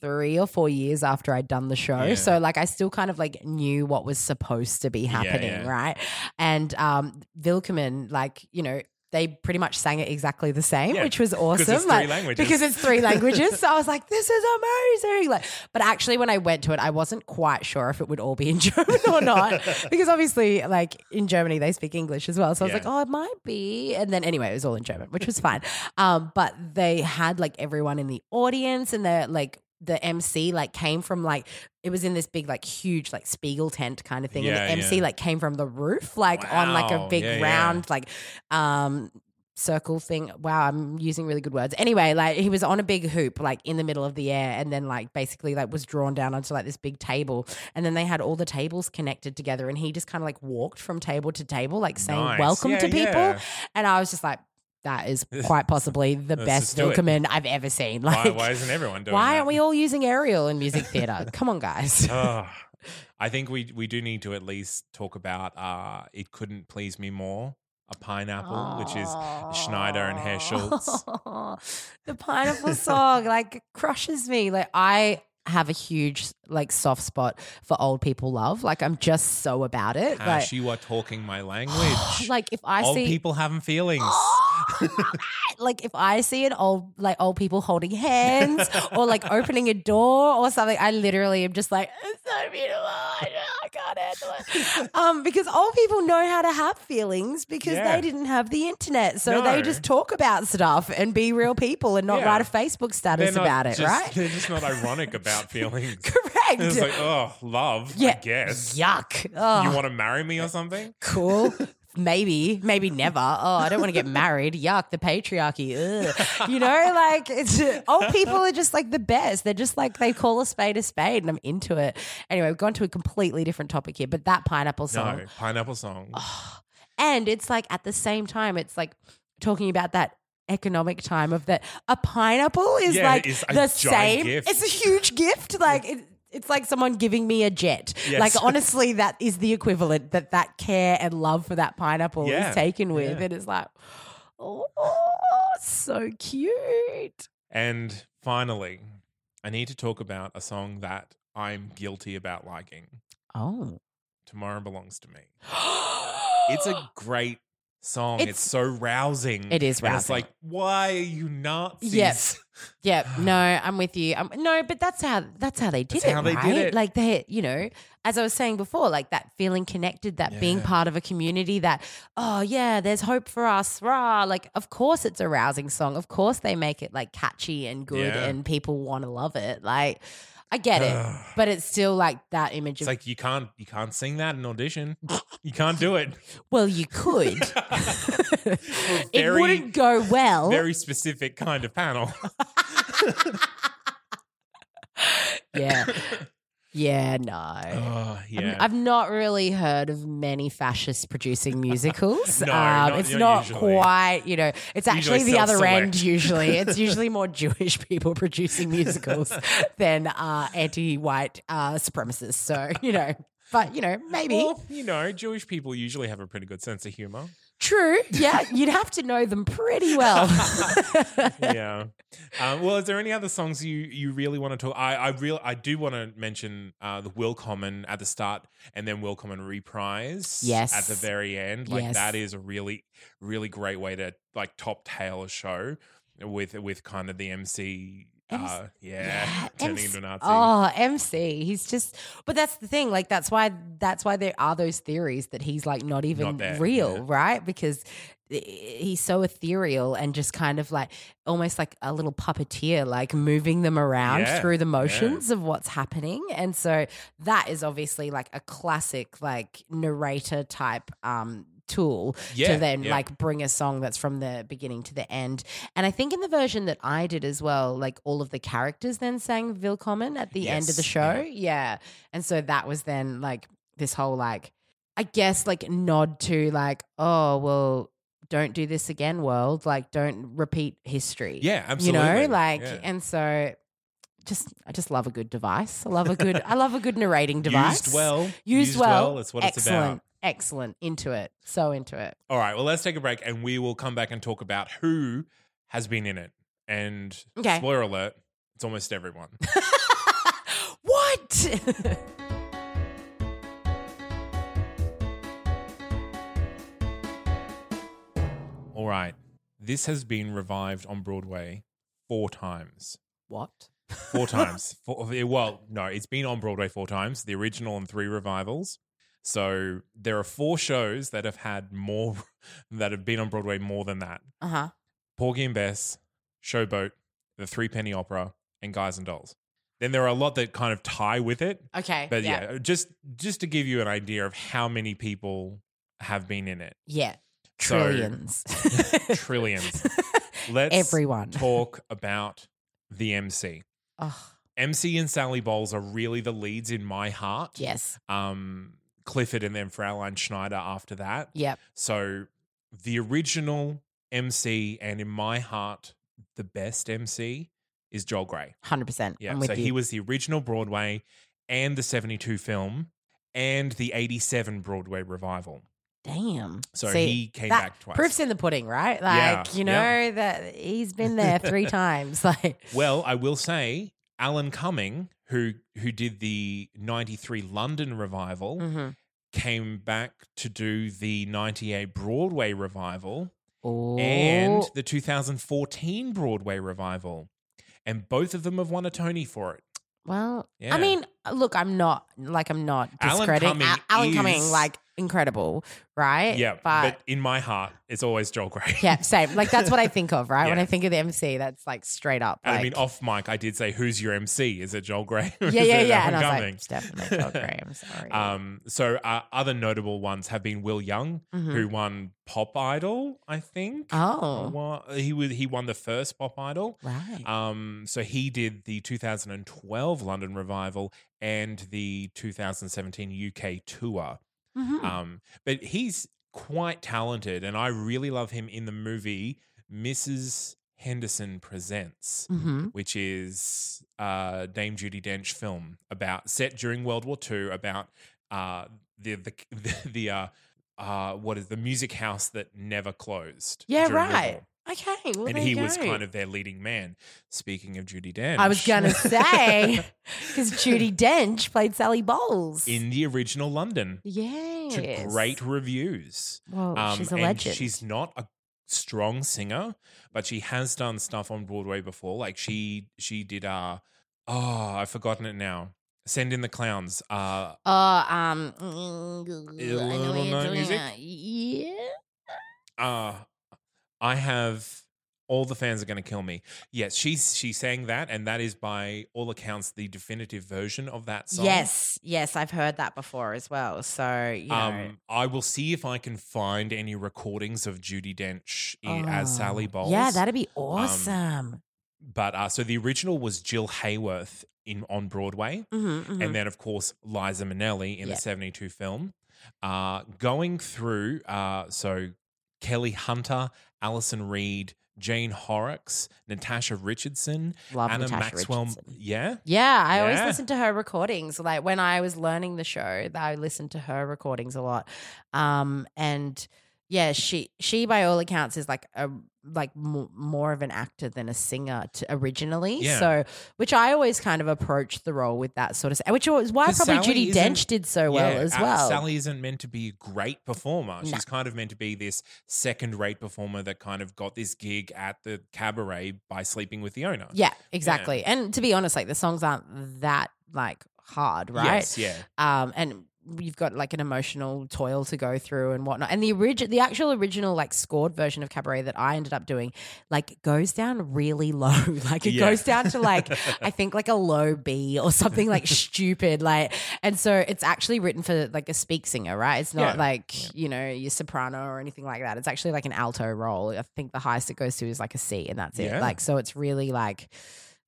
B: three or four years after I'd done the show,
A: Yeah.
B: so like I still kind of like knew what was supposed to be
A: Yeah,
B: happening,
A: yeah.
B: right? And um, Vilkeman, like you know, they pretty much sang it exactly the same,
A: Yeah,
B: which was
A: 'Cause
B: awesome.
A: it's three
B: like-
A: languages.
B: because it's three languages. so I was like, this is amazing. Like, but actually, when I went to it, I wasn't quite sure if it would all be in German or not, because obviously, like in Germany, they speak English as well. So I was
A: Yeah.
B: like, oh, it might be. And then anyway, it was all in German, which was fine. Um, but they had like everyone in the audience, and they're like. The MC like came from like it was in this big like huge like Spiegel tent kind of thing,
A: Yeah,
B: and the MC
A: yeah.
B: like came from the roof like on like a
A: Wow.
B: big
A: Yeah, yeah.
B: round like um circle thing. Wow, I'm using really good words. Anyway, like he was on a big hoop, like in the middle of the air, and then like basically like was drawn down onto like this big table, and then they had all the tables connected together, and he just kind of like walked from table to table, like saying
A: Nice.
B: welcome
A: Yeah,
B: to people,
A: yeah.
B: and I was just like. That is quite possibly the
A: Let's
B: best
A: just do it.
B: Vilkeman I've ever seen.
A: Why,
B: Like,
A: why isn't everyone doing
B: why
A: that?
B: aren't we all using aerial in music theatre? Come on, guys.
A: Oh, I think we we do need to at least talk about uh, it couldn't please me more. A pineapple, which is Schneider and Herr Schultz.
B: the pineapple song like crushes me. Like I have a huge like soft spot for old people love. Like I'm just so about it.
A: Ash,
B: Like,
A: you are talking my language.
B: like if I
A: Old
B: see
A: people having feelings.
B: like if I see an old like old people holding hands or like opening a door or something, I literally am just like it's so beautiful. I I can't handle it. Um, because old people know how to have feelings because
A: Yeah.
B: they didn't have the internet, so
A: No.
B: they just talk about stuff and be real people and not
A: Yeah.
B: write a Facebook status
A: not
B: about it,
A: just-
B: right?
A: They're just not ironic about feelings.
B: Correct.
A: It's like, oh, love, I guess.
B: Yuck.
A: You
B: Oh,
A: want to marry me or something?
B: cool. Maybe, maybe never. Oh, I don't want to get married. Yuck, the patriarchy. Ugh. You know, like it's old people are just like the best. They're just like they call a spade a spade, and I'm into it. Anyway, we've gone to a completely different topic here, but that pineapple song,
A: No, pineapple song.
B: and it's like at the same time, it's like talking about that economic time of that a pineapple is
A: Yeah,
B: like
A: it's a
B: the
A: giant
B: same.
A: gift.
B: It's a huge gift. Like it, it's like someone giving me a jet.
A: Yes.
B: Like honestly, that is the equivalent that that care and love for that pineapple
A: Yeah,
B: is taken with,
A: yeah.
B: and it's like, oh, so cute.
A: And finally, I need to talk about a song that I'm guilty about liking.
B: Oh,
A: Tomorrow Belongs to Me. It's a great song. It's,
B: It's-
A: so rousing.
B: It is
A: And it's
B: rousing.
A: like, why are you Nazis?
B: Yep. Yeah, no, I'm with you. Um, no, but that's how that's how they did
A: That's
B: it,
A: how they did
B: right?
A: it.
B: Like they, you know, as I was saying before, like that feeling connected, that being
A: Yeah.
B: part of a community, that oh yeah, there's hope for us, rah. Like of course it's a rousing song. Of course they make it like catchy and good,
A: Yeah.
B: and people want to love it. Like I get it, but it's still like that image
A: It's
B: of
A: like you can't you can't sing that in an audition. You can't do it.
B: well, you could. it
A: very-
B: wouldn't go well.
A: Very specific kind of panel.
B: yeah, yeah, no.
A: Oh,
B: I'm-
A: yeah.
B: I've not really heard of many fascists producing musicals.
A: No,
B: um,
A: not-
B: it's
A: not
B: not
A: usually.
B: quite, you know, it's actually
A: Usually
B: the other
A: self-select.
B: end, usually. It's usually more Jewish people producing musicals than uh, anti white uh, supremacists. So, you know, but, you know, maybe.
A: Well, you know, Jewish people usually have a pretty good sense of humor.
B: True. Yeah, you'd have to know them pretty well.
A: yeah. Um, well, is there any other songs you you really want to talk? I I real I do want to mention uh, the Will Common at the start, and then Will Common reprise.
B: Yes.
A: At the very end, like
B: Yes.
A: that is a really really great way to like top tail a show with with kind of the MC.
B: MC
A: uh, yeah, turning into a Nazi.
B: Oh, MC. He's just but that's the thing. Like that's why that's why there are those theories that he's like not even
A: Not there,
B: real,
A: yeah.
B: right? Because i- he's so ethereal and just kind of like almost like a little puppeteer, like moving them around
A: Yeah,
B: through the
A: yeah.
B: motions of what's happening. And so that is obviously like a classic like narrator type um tool
A: Yeah,
B: to then
A: yeah.
B: like bring a song that's from the beginning to the end. And I think in the version that I did as well, like all of the characters then sang Vilcommon at the end of the
A: Yes,
B: show. Yeah. And so that was then like this whole like I guess like nod to like, oh well, don't do this again, world. Like don't repeat history.
A: Yeah, absolutely.
B: You know, like
A: Yeah.
B: and so just I just love a good device. I love a good I love a good narrating device.
A: Used well.
B: Used, well.
A: That's what
B: excellent,
A: it's about.
B: Excellent. Into it. So into it.
A: All right. Well, let's take a break and we will come back and talk about who has been in it. And
B: Okay.
A: spoiler alert, it's almost everyone.
B: what?
A: All right. This has been revived on Broadway four times.
B: what?
A: Four times. Four, eh, well, no, it's been on Broadway four times, the original and three revivals. So there are four shows that have had more, that have been on Broadway more than that
B: Uh huh.
A: Porgy and Bess, Showboat, The Three Penny Opera, and Guys and Dolls. Then there are a lot that kind of tie with it.
B: Okay.
A: But yeah. just just to give you an idea of how many people have been in it,
B: Yeah.
A: So-
B: Trillions.
A: trillions. Let's
B: Everyone.
A: talk about the MC.
B: Oh,
A: MC and Sally Bowles are really the leads in my heart.
B: yes.
A: Um, Clifford and then Fraulein Schneider after that.
B: Yep.
A: So the original MC and in my heart, the best MC is Joel Grey.
B: 100%.
A: Yeah.
B: I'm with
A: so
B: you.
A: he was the original Broadway and the 72 film and the 87 Broadway revival.
B: Damn.
A: So
B: See,
A: he came
B: that
A: back twice.
B: Proof's in the pudding, right?
A: Yeah,
B: Like, you know,
A: yeah.
B: that he's been there three times. Like,
A: Well, I will say Alan Cumming, who who did the 93 London revival,
B: mhm.
A: came back to do the 98 Broadway revival
B: oh,
A: and the 2014 Broadway revival. And both of them have won a Tony for it.
B: well,
A: Yeah.
B: I mean, look, I'm not like, I'm not
A: Alan
B: discrediting
A: Cumming
B: Al- Alan Cumming,
A: is-
B: like, incredible, right?
A: yeah,
B: Eh, But,
A: but in my heart, it's always Joel Grey.
B: yeah, same. Like, that's what I think of, right? When
A: Yeah.
B: I think of the MC, that's like straight up.
A: And I
B: like-
A: mean, off mic, I did say, "Who's your MC? Is it Joel Grey?" or
B: yeah,
A: is
B: yeah,
A: it
B: yeah.
A: Alan
B: And I was
A: Cumming?
B: like, it's definitely Todd Gray. I'm sorry.
A: Um, so uh, other notable ones have been Will Young,
B: Mhm.
A: who won Pop Idol, I think.
B: oh,
A: Wa- he was he won the first Pop Idol.
B: right.
A: Um, so he did the 2012 London revival and the 2017 UK tour.
B: Mhm.
A: Um, but he's quite talented, and I really love him in the movie Mrs. Henderson Presents
B: Mhm.
A: which is a Dame Judy Dench film about set during World War II about uh, the the the, the uh, uh, what is the music house that never closed?
B: Yeah,
A: during the
B: right.
A: war.
B: Okay. Well,
A: and
B: there
A: he
B: you
A: was
B: go.
A: kind of their leading man. Speaking of Judy Dench,
B: I was gonna say because Judy Dench played Sally Bowles.
A: in the original London
B: yes,
A: to great reviews.
B: Whoa, Oh, she's a
A: Um, and
B: legend.
A: She's not a strong singer, but she has done stuff on Broadway before. Like she she did uh oh, I've forgotten it now. Send in the clowns. Uh
B: Oh, um,
A: Little Night Music?
B: Yeah.
A: uh I have all the fans are going to kill me. Yes, she's she sang that and that is by all accounts the definitive version of that song.
B: Yes, yes, I've heard that before as well. So, you know,
A: Um, I will see if I can find any recordings of Judy Dench i- as
B: oh,
A: Sally Bowles. um,
B: Yeah, that'd be awesome.
A: but uh, so the original was Jill Hayworth in on Broadway,
B: Mhm, mhm.
A: and then of course Liza Minnelli in
B: Yeah.
A: the '72 film. Uh, going through, uh, so Kelly Hunter, Alison Reed, Jane Horrocks, Natasha Richardson,
B: mm-hmm. Love
A: Anna
B: Natasha
A: Maxwell.
B: Richardson.
A: Yeah,
B: Yeah, I always
A: Yeah.
B: listen to her recordings. Like when I was learning the show, I listened to her recordings a lot. Um, and yeah, she she by all accounts is like a like m- more of an actor than a singer t- originally.
A: Yeah.
B: So, which I always kind of approach the role with that sort of, which was why
A: 'Cause
B: probably
A: Sally
B: Judy
A: isn't-
B: Dench did so well
A: Yeah,
B: as
A: uh,
B: well.
A: Sally isn't meant to be a great performer.
B: No.
A: She's kind of meant to be this second rate performer that kind of got this gig at the cabaret by sleeping with the owner.
B: yeah, exactly. And to be honest, like the songs aren't that like hard, right?
A: Yes, yeah.
B: um, and you've got like an emotional toil to go through and whatnot. And the origin, the actual original like scored version of Cabaret that I ended up doing, like goes down really low. like it
A: Yeah.
B: goes down to like I think like a low B or something like stupid. Like, and so it's actually written for like a speak singer, right? It's not
A: Yeah.
B: like you know your soprano or anything like that. It's actually like an alto role. I think the highest it goes to is like a C, and that's
A: Yeah.
B: it. Like, so it's really like.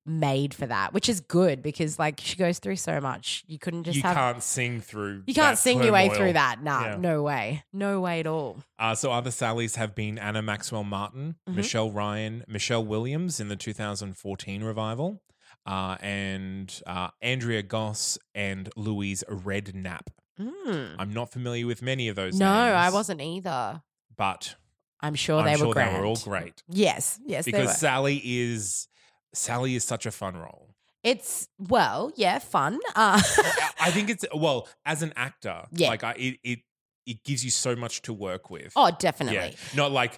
B: Made for that, which is good because like she goes through so much. You couldn't just
A: you
B: have
A: can't sing through.
B: you can't
A: that
B: sing your way
A: turmoil.
B: through that. Nah,
A: Yeah.
B: no way. No way at all.
A: Uh, so other Sallys have been Anna Maxwell Martin,
B: Mhm.
A: Michelle Ryan, Michelle Williams in the 2014 revival, uh, and uh, Andrea Goss and Louise Redknapp. I'm not familiar with many of those.
B: Hmm. No,
A: names,
B: I wasn't either.
A: but
B: I'm sure
A: I'm
B: they
A: sure
B: were grand.
A: they were all great
B: Yes, yes, they
A: because
B: were.
A: Sally is Sally is such a fun role.
B: It's well, yeah, fun. Uh,
A: I- I think it's well as an actor,
B: Yeah.
A: like I, it it it gives you so much to work with.
B: oh, definitely.
A: Yeah, not like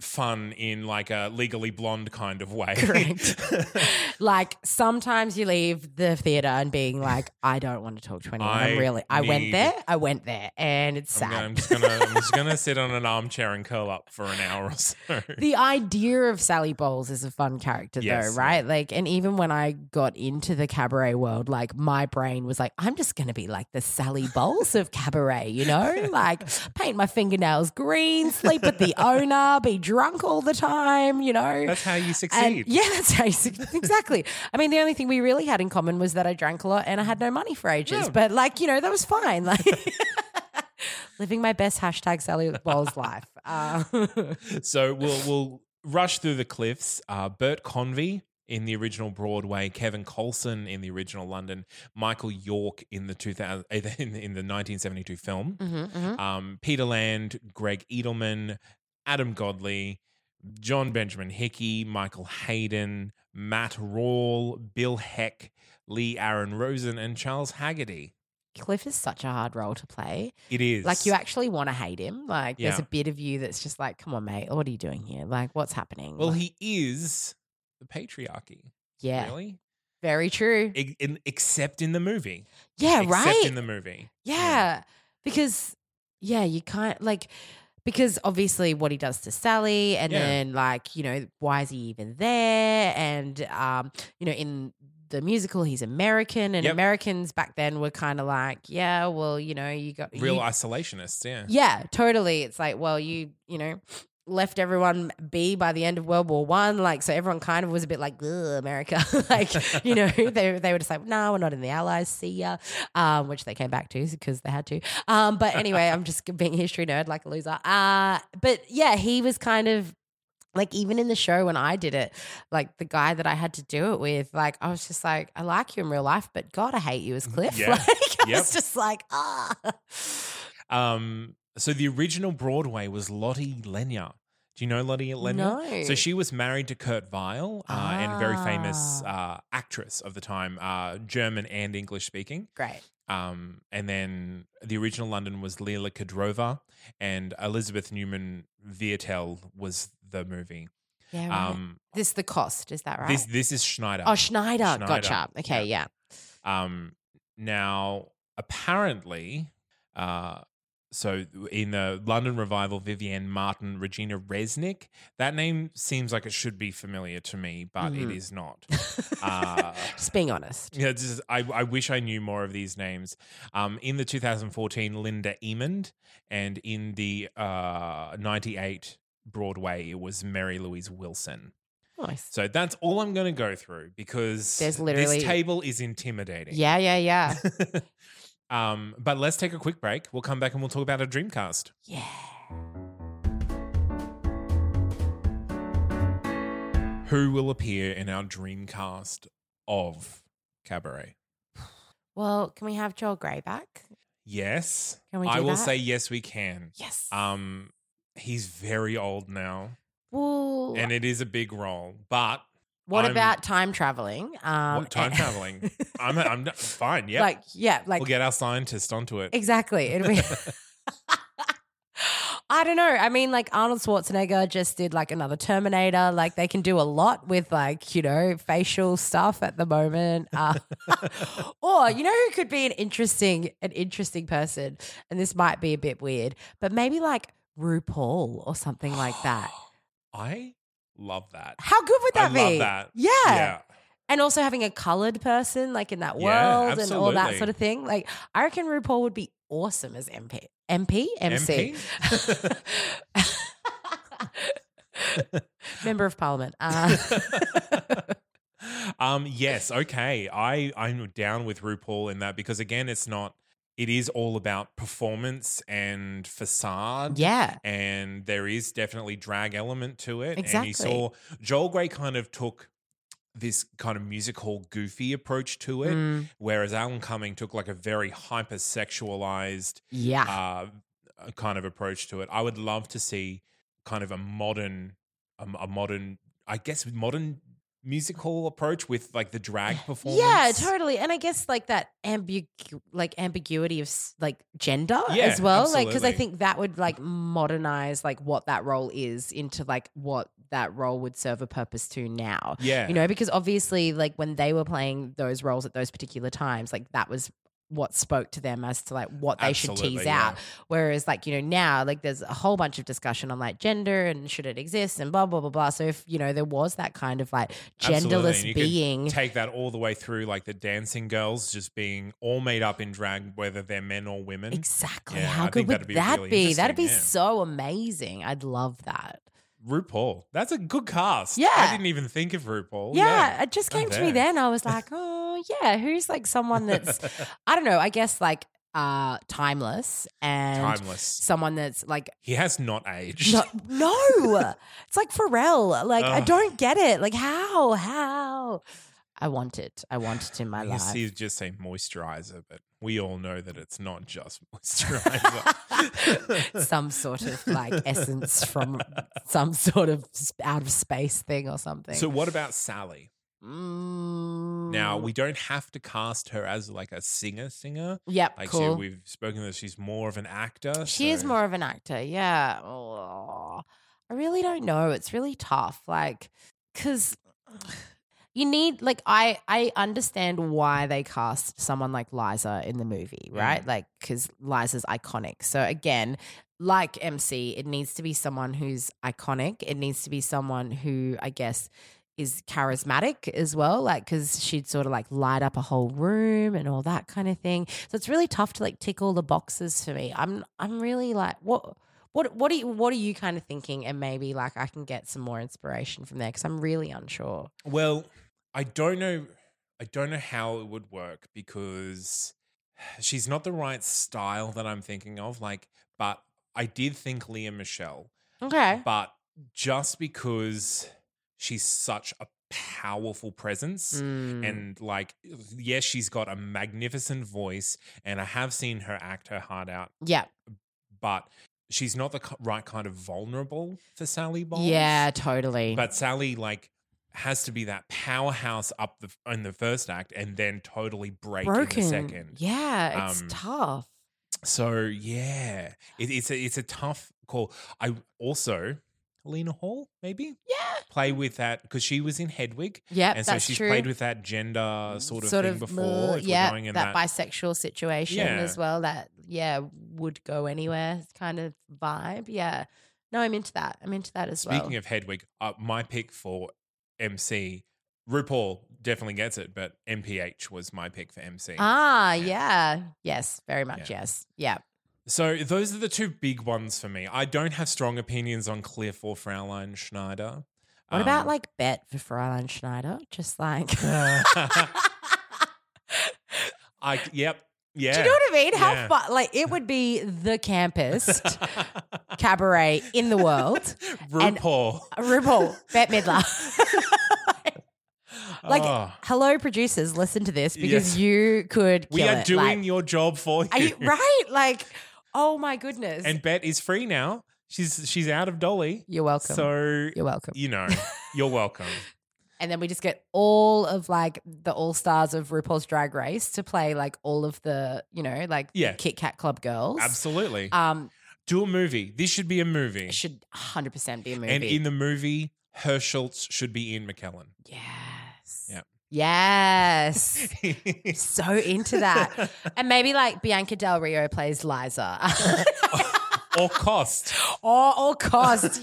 A: fun in like a legally blonde kind of way.
B: Correct. Like sometimes you leave the theater and being like, I don't want to talk to anyone.
A: I
B: I'm really, I went
A: need-
B: there, I went there, and it's
A: I'm,
B: sad.
A: gonna, I'm just gonna I'm just gonna sit on an armchair and curl up for an hour or so.
B: the idea of Sally Bowles is a fun character,
A: Yes,
B: though, right? Like, and even when I got into the cabaret world, like my brain was like, I'm just going to be like the Sally Bowles of cabaret, you know? Like, paint my fingernails green, sleep with the owner, be drunk all the time, you know?
A: That's how you
B: And-
A: succeed.
B: yeah, that's how you suc- exactly. I mean, the only thing we really had in common was that I drank a lot and I had no money for ages.
A: Yeah.
B: But like, you know, that was fine. Like, living my best hashtag Sally Bowles life. Uh,
A: So we'll we'll rush through the cliffs. Uh, Bert Convey in the original Broadway, Kevin Colson in the original London, Michael York in the 2000 in the 1972 film.
B: mhm, mhm.
A: um, Peter Land, Greg Edelman, Adam Godley, John Benjamin Hickey, Michael Hayden, Matt Rawl, Bill Heck, Lee Aaron Rosen, and Charles Haggerty.
B: Cliff is such a hard role to play.
A: It is
B: Like you actually want to hate him. Like there's
A: Yeah.
B: a bit of you that's just like, come on, mate, what are you doing here? Like what's happening?
A: Well,
B: Like,
A: he is the patriarchy.
B: yeah,
A: Really,
B: very true.
A: E- in- except in the movie.
B: yeah,
A: except
B: right.
A: in the movie.
B: yeah, because yeah, you can't like because obviously what he does to Sally, and
A: Yeah.
B: then like you know why is he even there? And um, you know in the musical he's American, and
A: Yep.
B: Americans back then were kind of like, yeah, well, you know, you got
A: real
B: you-
A: isolationists. Yeah.
B: Yeah, totally. It's like, well, you you know, left everyone be by the end of World War One, like so everyone kind of was a bit like, Ugh, America, like you know, they they were just like, no, we're not in the Allies. See ya, um, which they came back to because they had to. Um, but anyway, I'm just being a history nerd like a loser. Uh, but yeah, he was kind of. Like even in the show when I did it, like the guy that I had to do it with, like I was just like, I like you in real life, but God, I hate you as Cliff.
A: Mm-hmm, Yeah.
B: Like I
A: Yep.
B: was just like, ah.
A: Um. So the original Broadway was Lottie Lenya. Do you know Lottie Lenya?
B: No.
A: So she was married to Kurt Weill, uh, and very famous
B: Ah.
A: uh, actress of the time, uh, German and English speaking.
B: Great.
A: Um, and then the original London was Leela Kadrova, and Elizabeth Newman Viertel was the movie.
B: Yeah. Right.
A: Um,
B: this the cost is that right?
A: This this is Schneider.
B: oh, Schneider.
A: Schneider.
B: Gotcha. Okay. Yeah.
A: Um, now, apparently, uh, so in the London revival, Vivienne Martin, Regina Resnick, that name seems like it should be familiar to me, but it
B: Mhm.
A: is not. Uh,
B: Just being honest.
A: Yeah, this is, I, I wish I knew more of these names. Um, in the 2014, Linda Emond, and in the uh, 98 Broadway, it was Mary Louise Wilson.
B: Nice.
A: So that's all I'm going to go through because
B: There's literally-
A: this table is intimidating.
B: Yeah. Yeah. Yeah.
A: um, but let's take a quick break. We'll come back and we'll talk about a Dreamcast.
B: yeah.
A: Who will appear in our Dreamcast of Cabaret?
B: Well, can we have Joel Grey back?
A: Yes.
B: Can we
A: I
B: do
A: will
B: that?
A: say yes, we can.
B: Yes.
A: Um, he's very old now,
B: Well,
A: and it is a big role. But
B: what
A: I'm-
B: about time traveling? Um,
A: what time traveling? I'm I'm not, fine. Yeah,
B: Like, yeah, like
A: we'll get our scientist onto it.
B: Exactly. It'd be. I don't know. I mean, like Arnold Schwarzenegger just did like another Terminator. Like they can do a lot with like you know facial stuff at the moment. Uh, or you know who could be an interesting an interesting person, and this might be a bit weird, but maybe like RuPaul or something like that.
A: I love that.
B: How good would that
A: I
B: be?
A: love that.
B: Yeah.
A: Yeah.
B: And also having a colored person like in that
A: Yeah,
B: world and all that
A: absolutely.
B: sort of thing. Like I reckon RuPaul would be awesome as MP. MP? MC.
A: MP?
B: Member of Parliament. Uh,
A: um yes okay i i'm down with rupaul in that because again it's not it is all about performance and facade
B: yeah.
A: and there is definitely drag element to it and
B: Exactly.
A: you saw joel gray kind of took this kind of music hall goofy approach to it
B: Mm,
A: whereas alan cumming took like a very hypersexualized
B: yeah.
A: uh, kind of approach to it. I would love to see kind of a modern, a, a modern, I guess, modern musical approach with like the drag performance.
B: yeah, totally. And I guess like that ambigu- like ambiguity of s- like gender
A: Yeah,
B: as well, like because I
A: absolutely.
B: think that would like modernize like what that role is into like what that role would serve a purpose to now.
A: Yeah,
B: You know, because obviously, like when they were playing those roles at those particular times, like that was what spoke to them as to like what they should tease
A: Absolutely, yeah.
B: out. Whereas, like, you know, now, like there's a whole bunch of discussion on like gender and should it exist and blah, blah, blah, blah. So, if, you know, there was that kind of like
A: Absolutely,
B: genderless
A: and you could
B: being.
A: Take that all the way through, like the dancing girls just being all made up in drag, whether they're men or women.
B: Exactly.
A: Yeah,
B: How
A: I
B: good
A: think
B: would
A: that'd be
B: that
A: really
B: be? That'd be
A: interesting, yeah.
B: so amazing. I'd love that.
A: RuPaul, that's a good cast.
B: Yeah.
A: I didn't even think of RuPaul.
B: Yeah, it just
A: I'm
B: came to me
A: there.
B: then. I was like, oh, yeah, who's like someone that's, I don't know, I guess like uh timeless and
A: timeless.
B: someone that's like
A: He has not aged.
B: no, no. it's like Pharrell. Like I
A: Ugh.
B: don't get it. Like how how I want it. I want it in my
A: I
B: life.
A: guess he'd just say moisturizer, but we all know that it's not just moisturizer.
B: some sort of like essence from some sort of s- out of space thing or something.
A: so, what about Sally?
B: Mm,
A: Now, we don't have to cast her as like a singer singer.
B: yep,
A: Like
B: cool.
A: she, we've spoken that she's more of an actor.
B: She is
A: so-
B: more of an actor. Yeah. Oh, I really don't know. It's really tough. Like, because you need, like, I, I understand why they cast someone like Liza in the movie, right? Like, because Liza's iconic. So, again, like MC, it needs to be someone who's iconic. It needs to be someone who, I guess, is charismatic as well, like because she'd sort of like light up a whole room and all that kind of thing. So it's really tough to like tick all the boxes for me. I'm I'm really like what what what are you, what are you kind of thinking? And maybe like I can get some more inspiration from there because I'm really unsure.
A: Well, I don't know. I don't know how it would work because she's not the right style that I'm thinking of. Like, but I did think Leah Michelle.
B: Okay.
A: But just because she's such a powerful presence
B: Mm.
A: and like yes she's got a magnificent voice and I have seen her act her heart out
B: yeah,
A: but she's not the ki- right kind of vulnerable for Sally Bowles.
B: yeah, totally.
A: But Sally like has to be that powerhouse up the in the first act and then totally break in the second.
B: Yeah, it's
A: Um,
B: tough.
A: So yeah, it, it's a it's a tough call. I also Lena Hall maybe
B: Yeah.
A: play with that because she was in Hedwig,
B: Yep,
A: and so
B: that's
A: she's
B: true. Mm,
A: played with that gender sort of thing before.
B: uh,
A: if we're
B: yeah,
A: going in
B: that,
A: that,
B: bisexual situation
A: Yeah.
B: as well. That yeah would go anywhere kind of vibe. Yeah, no, I'm into that. I'm into that as well.
A: Speaking of Hedwig, uh, my pick for MC RuPaul definitely gets it, but MPH was my pick for MC.
B: ah,
A: Yeah.
B: yeah, yes, very much
A: Yeah.
B: yes, yeah.
A: So those are the two big ones for me. I don't have strong opinions on Cliff or Fraulein Schneider.
B: What
A: Um,
B: about like Bet for Fräulein Schneider? Just like, do
A: I yep yeah.
B: you know what I mean? How
A: Yeah.
B: fun! Like it would be the campest cabaret in the world. And- uh,
A: RuPaul.
B: RuPaul, Bet Midler. like-
A: Oh,
B: Hello, producers, listen to this because
A: Yes.
B: you could.
A: we
B: kill
A: are
B: it.
A: doing
B: Like,
A: your job for you.
B: Are you right? Like, oh my goodness.
A: And Bet is free now. She's she's out of Dolly.
B: You're welcome.
A: So
B: You're welcome.
A: you know, you're welcome.
B: and then we just get all of like the all stars of RuPaul's Drag Race to play like all of the, you know, like the
A: Yeah.
B: Kit Kat Club girls.
A: Absolutely.
B: Um,
A: Do a movie. This should be a movie.
B: it should 100% be a movie.
A: And in the movie, her Schultz should be Ian McKellen.
B: yes.
A: Yeah.
B: Yes. so into that. And maybe like Bianca Del Rio plays Liza.
A: or cost.
B: or, or cost.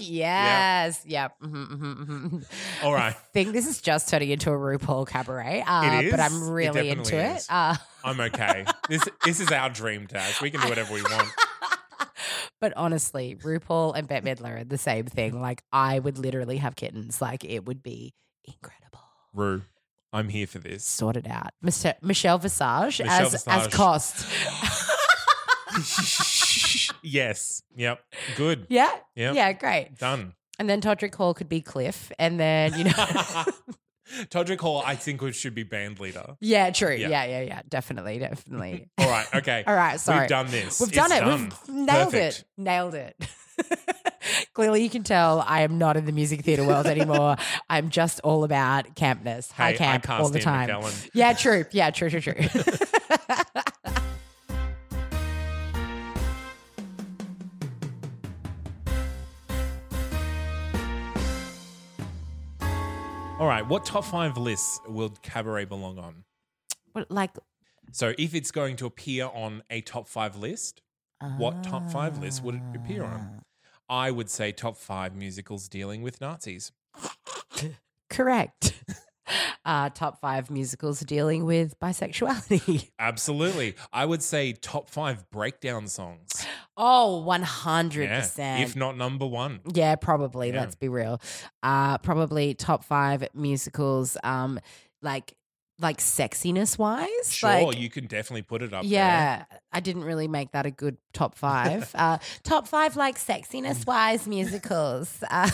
A: Yeah.
B: Yes. Yeah. hmm hmm hmm
A: All right.
B: think this is just turning into a RuPaul cabaret, uh,
A: It
B: but
A: is.
B: I'm
A: It
B: really into
A: definitely
B: it.
A: is.
B: Uh,
A: I'm okay. This this is our dream task. We can do whatever we want.
B: but honestly, RuPaul and Bette Midler are the same thing. Like, I would literally have kittens. Like, it would be incredible.
A: Rue, I'm here for this.
B: Sorted out. Mr. Michelle Visage
A: Michelle
B: as
A: Visage.
B: as Cost.
A: yes. Yep. Good.
B: yeah?
A: Yep.
B: Yeah, great.
A: Done.
B: And then Todrick Hall could be Cliff. And then, you know.
A: Todrick Hall, I think we should be band leader.
B: yeah, true.
A: Yeah.
B: Yeah. yeah, yeah, Definitely, definitely.
A: All right. Okay.
B: All right, sorry.
A: We've done this.
B: We've done
A: It's
B: it. We've nailed
A: Perfect.
B: it. Nailed it. Clearly, you can tell I am not in the music theater world anymore. I'm just all about campness, high
A: Hey, I
B: camp
A: can't
B: all the
A: stand
B: time.
A: McKellen.
B: Yeah, true. Yeah, true, true, true.
A: All right. What top five lists will Cabaret belong on?
B: But like,
A: So if it's going to appear on a top five list, what top five list would it appear on?
B: Ah.
A: I would say top five musicals dealing with Nazis.
B: correct. uh, top five musicals dealing with bisexuality.
A: Absolutely. I would say top five breakdown songs.
B: Oh, 100%.
A: Yeah, if not number one.
B: Yeah, probably.
A: Yeah.
B: Let's be real. Uh, probably top five musicals. Um, like like sexiness wise.
A: Sure,
B: like,
A: you can definitely put it up there.
B: yeah, I didn't really make that a good top five. uh, top five like sexiness wise musicals. Uh,
A: Mm.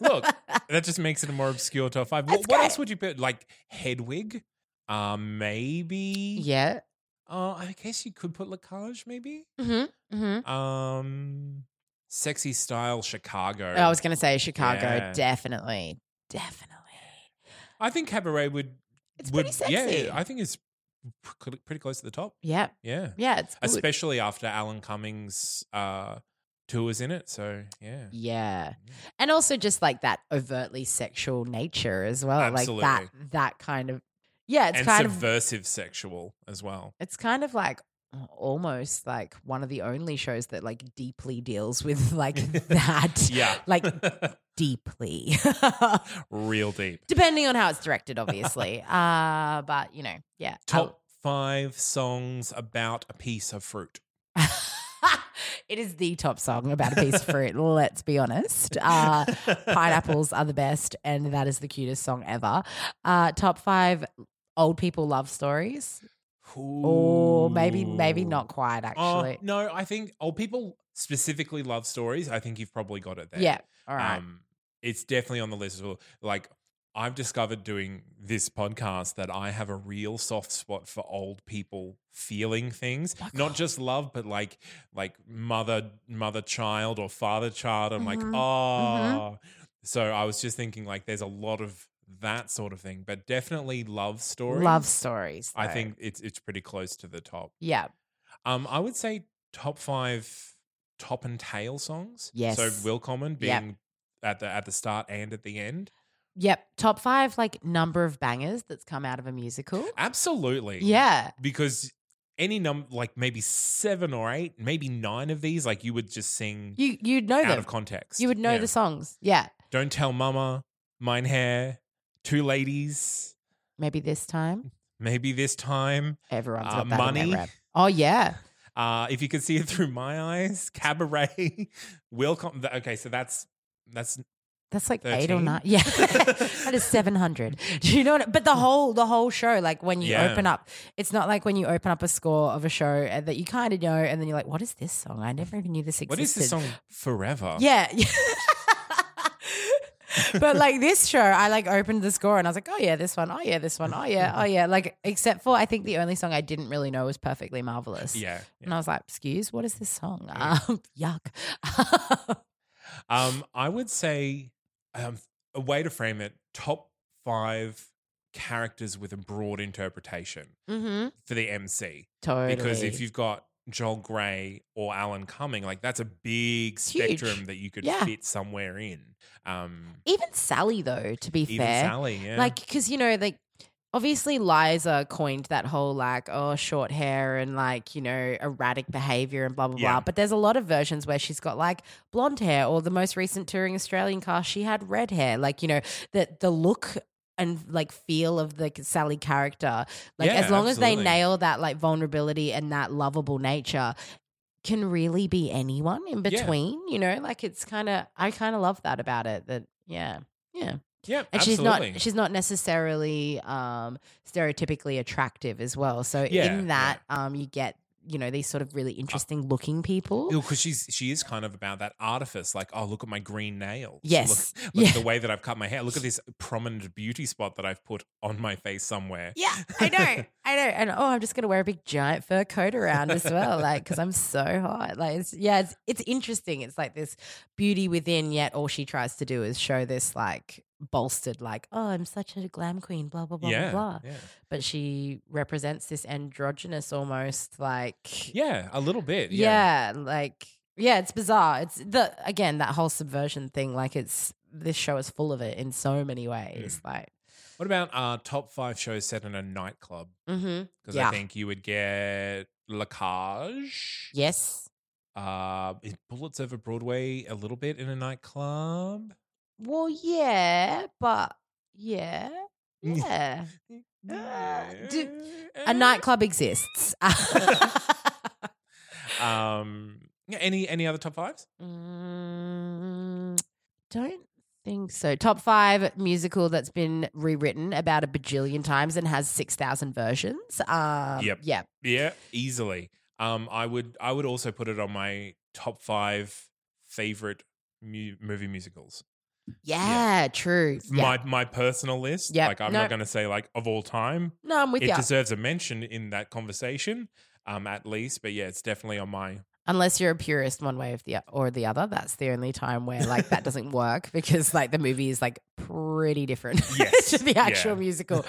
A: Look, that just makes it a more obscure top five. What,
B: That's
A: what
B: great.
A: else would you put? Like Hedwig? Uh, maybe.
B: yeah.
A: Uh, I guess you could put Lacage, maybe.
B: hmm hmm
A: Um, sexy style Chicago.
B: Oh, I was gonna say Chicago,
A: Yeah.
B: definitely, definitely.
A: I think Cabaret would.
B: It's
A: would,
B: pretty sexy.
A: Yeah, I think it's pr- pretty close to the top.
B: Yeah,
A: Yeah.
B: yeah, it's good.
A: Especially after Alan Cummings' uh, tours in it. So, yeah.
B: Yeah.
A: Mm-hmm.
B: And also just like that overtly sexual nature as well. Like
A: Absolutely.
B: that that kind of yeah, it's
A: and
B: kind of
A: subversive sexual as well.
B: it's kind of like almost like one of the only shows that like deeply deals with like that
A: Yeah.
B: like deeply.
A: real deep.
B: Depending on how it's directed, obviously. uh but you know, yeah. um,
A: Top five songs about a piece of fruit.
B: I'll- it is the top song about a piece of fruit, let's be honest. Uh pineapples are the best, and that is the cutest song ever. Uh, top five old people love stories, or maybe maybe
A: Ooh.
B: not quite
A: Oh,
B: actually.
A: no, I think old people specifically love stories. I think you've probably got it there.
B: yeah, all right.
A: Um, it's definitely on the list as well. Like, I've discovered doing this podcast that I have a real soft spot for old people feeling things,
B: my
A: not
B: God.
A: just love, but like like mother mother child or father child. I'm like,
B: Mhm.
A: oh. So I was just thinking, like, there's a lot of that sort of thing, but definitely love stories.
B: love stories.
A: I
B: though.
A: think it's it's pretty close to the top.
B: Yeah,
A: Um, I would say top five top and tail songs. So
B: Yes.
A: Will Common
B: Yep.
A: being at the at the start and at the end.
B: yep. Top five like number of bangers that's come out of a musical.
A: Absolutely.
B: Yeah,
A: Because any number like maybe seven or eight, maybe nine of these, like you would just sing
B: you you'd know
A: out
B: them.
A: of context.
B: You would know
A: Yeah.
B: the songs. Yeah,
A: Don't tell mama, mine hair, two ladies,
B: maybe this time
A: maybe this time.
B: everyone's
A: Uh,
B: got that in
A: Money.
B: their rep. Oh yeah,
A: Uh, if you could see it through my eyes, cabaret, will Com- th- okay, so that's that's
B: That's like eight or
A: 13?
B: nine. Yeah, that is seven hundred. Do you know what? But the whole the whole show, like when you
A: Yeah.
B: open up, it's not like when you open up a score of a show and that you kind of know, and then you're like, "What is this song? I never even knew this existed."
A: what is this song? Forever.
B: Yeah. but like this show, I like opened the score and I was like, "Oh yeah, this one. Oh yeah, this one. Oh yeah, oh yeah." Like except for I think the only song I didn't really know was "Perfectly Marvelous."
A: Yeah.
B: And I was like, "Excuse, what is this song? Um, yuck."
A: Um, I would say um, a way to frame it: top five characters with a broad interpretation
B: Mm-hmm.
A: for the MC.
B: Totally.
A: Because if you've got Joel Gray or Alan Cumming, like that's a big
B: It's huge.
A: spectrum that you could
B: Yeah.
A: fit somewhere in. Um,
B: even Sally though, to be
A: even
B: fair,
A: Sally, yeah,
B: Like, because, you know, like, obviously Liza coined that whole, like, oh, short hair and, like, you know, erratic behavior and blah, blah,
A: Yeah.
B: blah. But there's a lot of versions where she's got, like, blonde hair, or the most recent touring Australian cast, she had red hair. Like, you know, the, the look and, like, feel of the Sally character. Like,
A: Yeah,
B: as long as they
A: absolutely.
B: nail that, like, vulnerability and that lovable nature. Can really be anyone in
A: Yeah.
B: between, you know. Like it's kind of, I kind of love that about it. That yeah, yeah.
A: yeah,
B: And
A: absolutely.
B: she's not she's not necessarily um, stereotypically attractive as well. So
A: Yeah, Uh,
B: in that, um, you get you know these sort of really interesting looking people.
A: because she's she is kind of about that artifice, like oh look at my green nails,
B: Yes.
A: look, look
B: Yeah.
A: at the way that I've cut my hair, look at this prominent beauty spot that I've put on my face somewhere.
B: Yeah, I know, I know, and oh, I'm just gonna wear a big giant fur coat around as well, like because I'm so hot. Like, it's, yeah, it's it's interesting. It's like this beauty within, yet all she tries to do is show this like bolstered, like oh, I'm such a glam queen, blah blah blah
A: yeah,
B: blah blah.
A: yeah,
B: But she represents this androgynous, almost like
A: yeah, a little bit, yeah,
B: yeah. like yeah it's bizarre it's the again that whole subversion thing like it's this show is full of it in so many
A: Mm.
B: ways like
A: What about our top five shows set in a nightclub?
B: mm-hmm.
A: Because I
B: Yeah.
A: think you would get Lacage.
B: yes
A: Uh, is Bullets Over Broadway a little bit in a nightclub?
B: well yeah but yeah yeah Uh, do-
A: Mm.
B: a nightclub exists
A: Um, yeah, any any other top fives?
B: Mm, don't think so top five musical that's been rewritten about a bajillion times and has 6000 versions um
A: Yep.
B: yeah
A: Yeah, easily. Um, I would I would also put it on my top five favorite mu- movie musicals.
B: yeah, true yeah.
A: My my personal list.
B: Yep.
A: Like I'm
B: No.
A: not going to say like of all time.
B: no i'm with
A: it
B: you
A: deserves a mention in that conversation, um, at least. But yeah, it's definitely on my.
B: unless you're a purist one way of the or the other that's the only time where like that doesn't work because like the movie is like pretty different
A: Yes.
B: to the actual
A: Yeah.
B: musical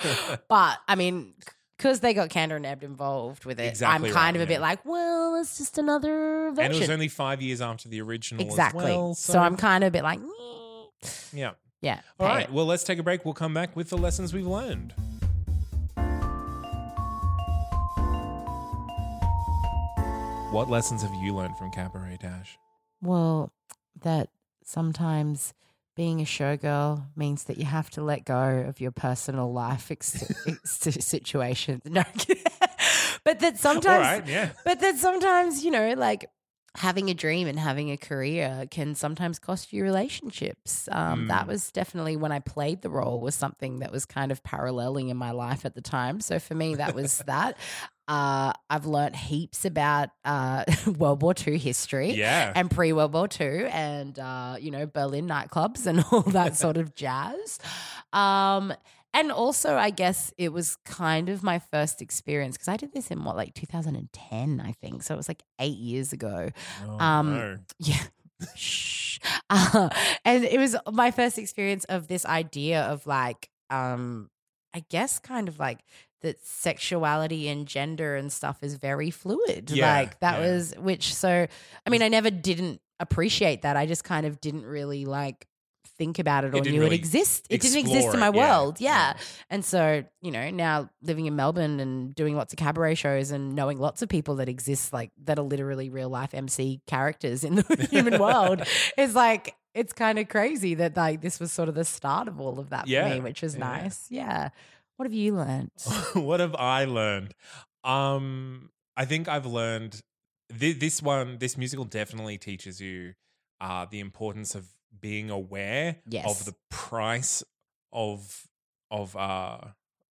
B: but i mean because they got Candor and Ebb involved with it,
A: Exactly
B: I'm kind
A: right,
B: of a
A: yeah.
B: bit like, well, it's just another
A: and it was
B: version.
A: only five years after the original. as
B: exactly.
A: well,
B: so, I'm kind of a bit like, "Nyeh."
A: Yeah.
B: yeah.
A: All
B: pay
A: right.
B: it.
A: Well, let's take a break. We'll come back with the lessons we've learned. What lessons have you learned from Cabaret Dash?
B: Well, that sometimes being a showgirl means that you have to let go of your personal life ex- ex- situations. No, but that
A: All
B: sometimes,
A: right. Yeah.
B: but that sometimes, you know, like having a dream and having a career can sometimes cost you relationships. Um, That
A: Mm.
B: was definitely when I played the role was something that was kind of paralleling in my life at the time. So for me, that was that. Uh, I've learnt heaps about uh, World War II history
A: Yeah.
B: and pre World War II, and uh, you know Berlin nightclubs and all that sort of jazz. Um, and also, I guess it was kind of my first experience because I did this in what like 2010, I think. So it was like eight years ago.
A: Oh,
B: um,
A: no.
B: Yeah. Shh. Uh, and it was my first experience of this idea of like, um, I guess kind of like that sexuality and gender and stuff is very fluid.
A: Yeah,
B: like that
A: yeah.
B: was which so I mean I never didn't appreciate that. I just kind of didn't really like think about it or
A: didn't
B: knew
A: really
B: it exist. It didn't
A: Explore
B: exist in my
A: it,
B: world. yeah. And so, you know, now living in Melbourne and doing lots of cabaret shows and knowing lots of people that exist, like that are literally real life MC characters in the human world, is like, it's kind of crazy that like this was sort of the start of all of that
A: Yeah.
B: for me, which was
A: Yeah. Oh,
B: nice. Yeah. What have you learned?
A: what have I learned? Um, I think I've learned th- this one. This musical definitely teaches you uh, the importance of being aware
B: Yes.
A: of the price of of uh,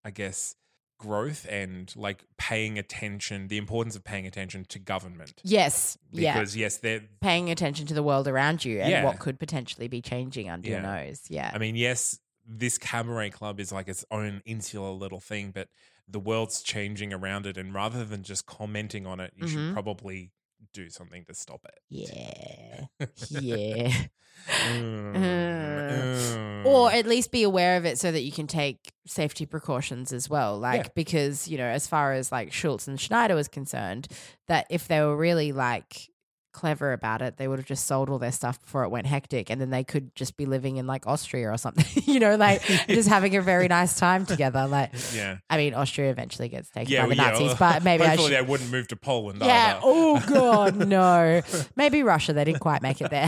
A: I guess growth and like paying attention. The importance of paying attention to government
B: yes. yeah.
A: because yes, they're.
B: Paying attention to the world around you and
A: Yeah.
B: what could potentially be changing under your
A: Yeah.
B: nose. Yeah.
A: I mean, yes, this cabaret club is like its own insular little thing, but the world's changing around it. And rather than just commenting on it, you
B: Mhm.
A: should probably do something to stop it.
B: Yeah. Yeah.
A: Mm,
B: or
A: mm.
B: at least be aware of it so that you can take safety precautions as well like
A: Yeah.
B: because you know as far as like schultz and schneider was concerned that if they were really like clever about it they would have just sold all their stuff before it went hectic and then they could just be living in like austria or something you know like just having a very nice time together like
A: yeah,
B: i mean austria eventually gets taken
A: yeah,
B: by the
A: well, yeah,
B: nazis
A: well,
B: but maybe i
A: hopefully
B: should
A: they wouldn't move to Poland.
B: yeah.
A: either.
B: Oh god, no. Maybe Russia. They didn't quite make it there.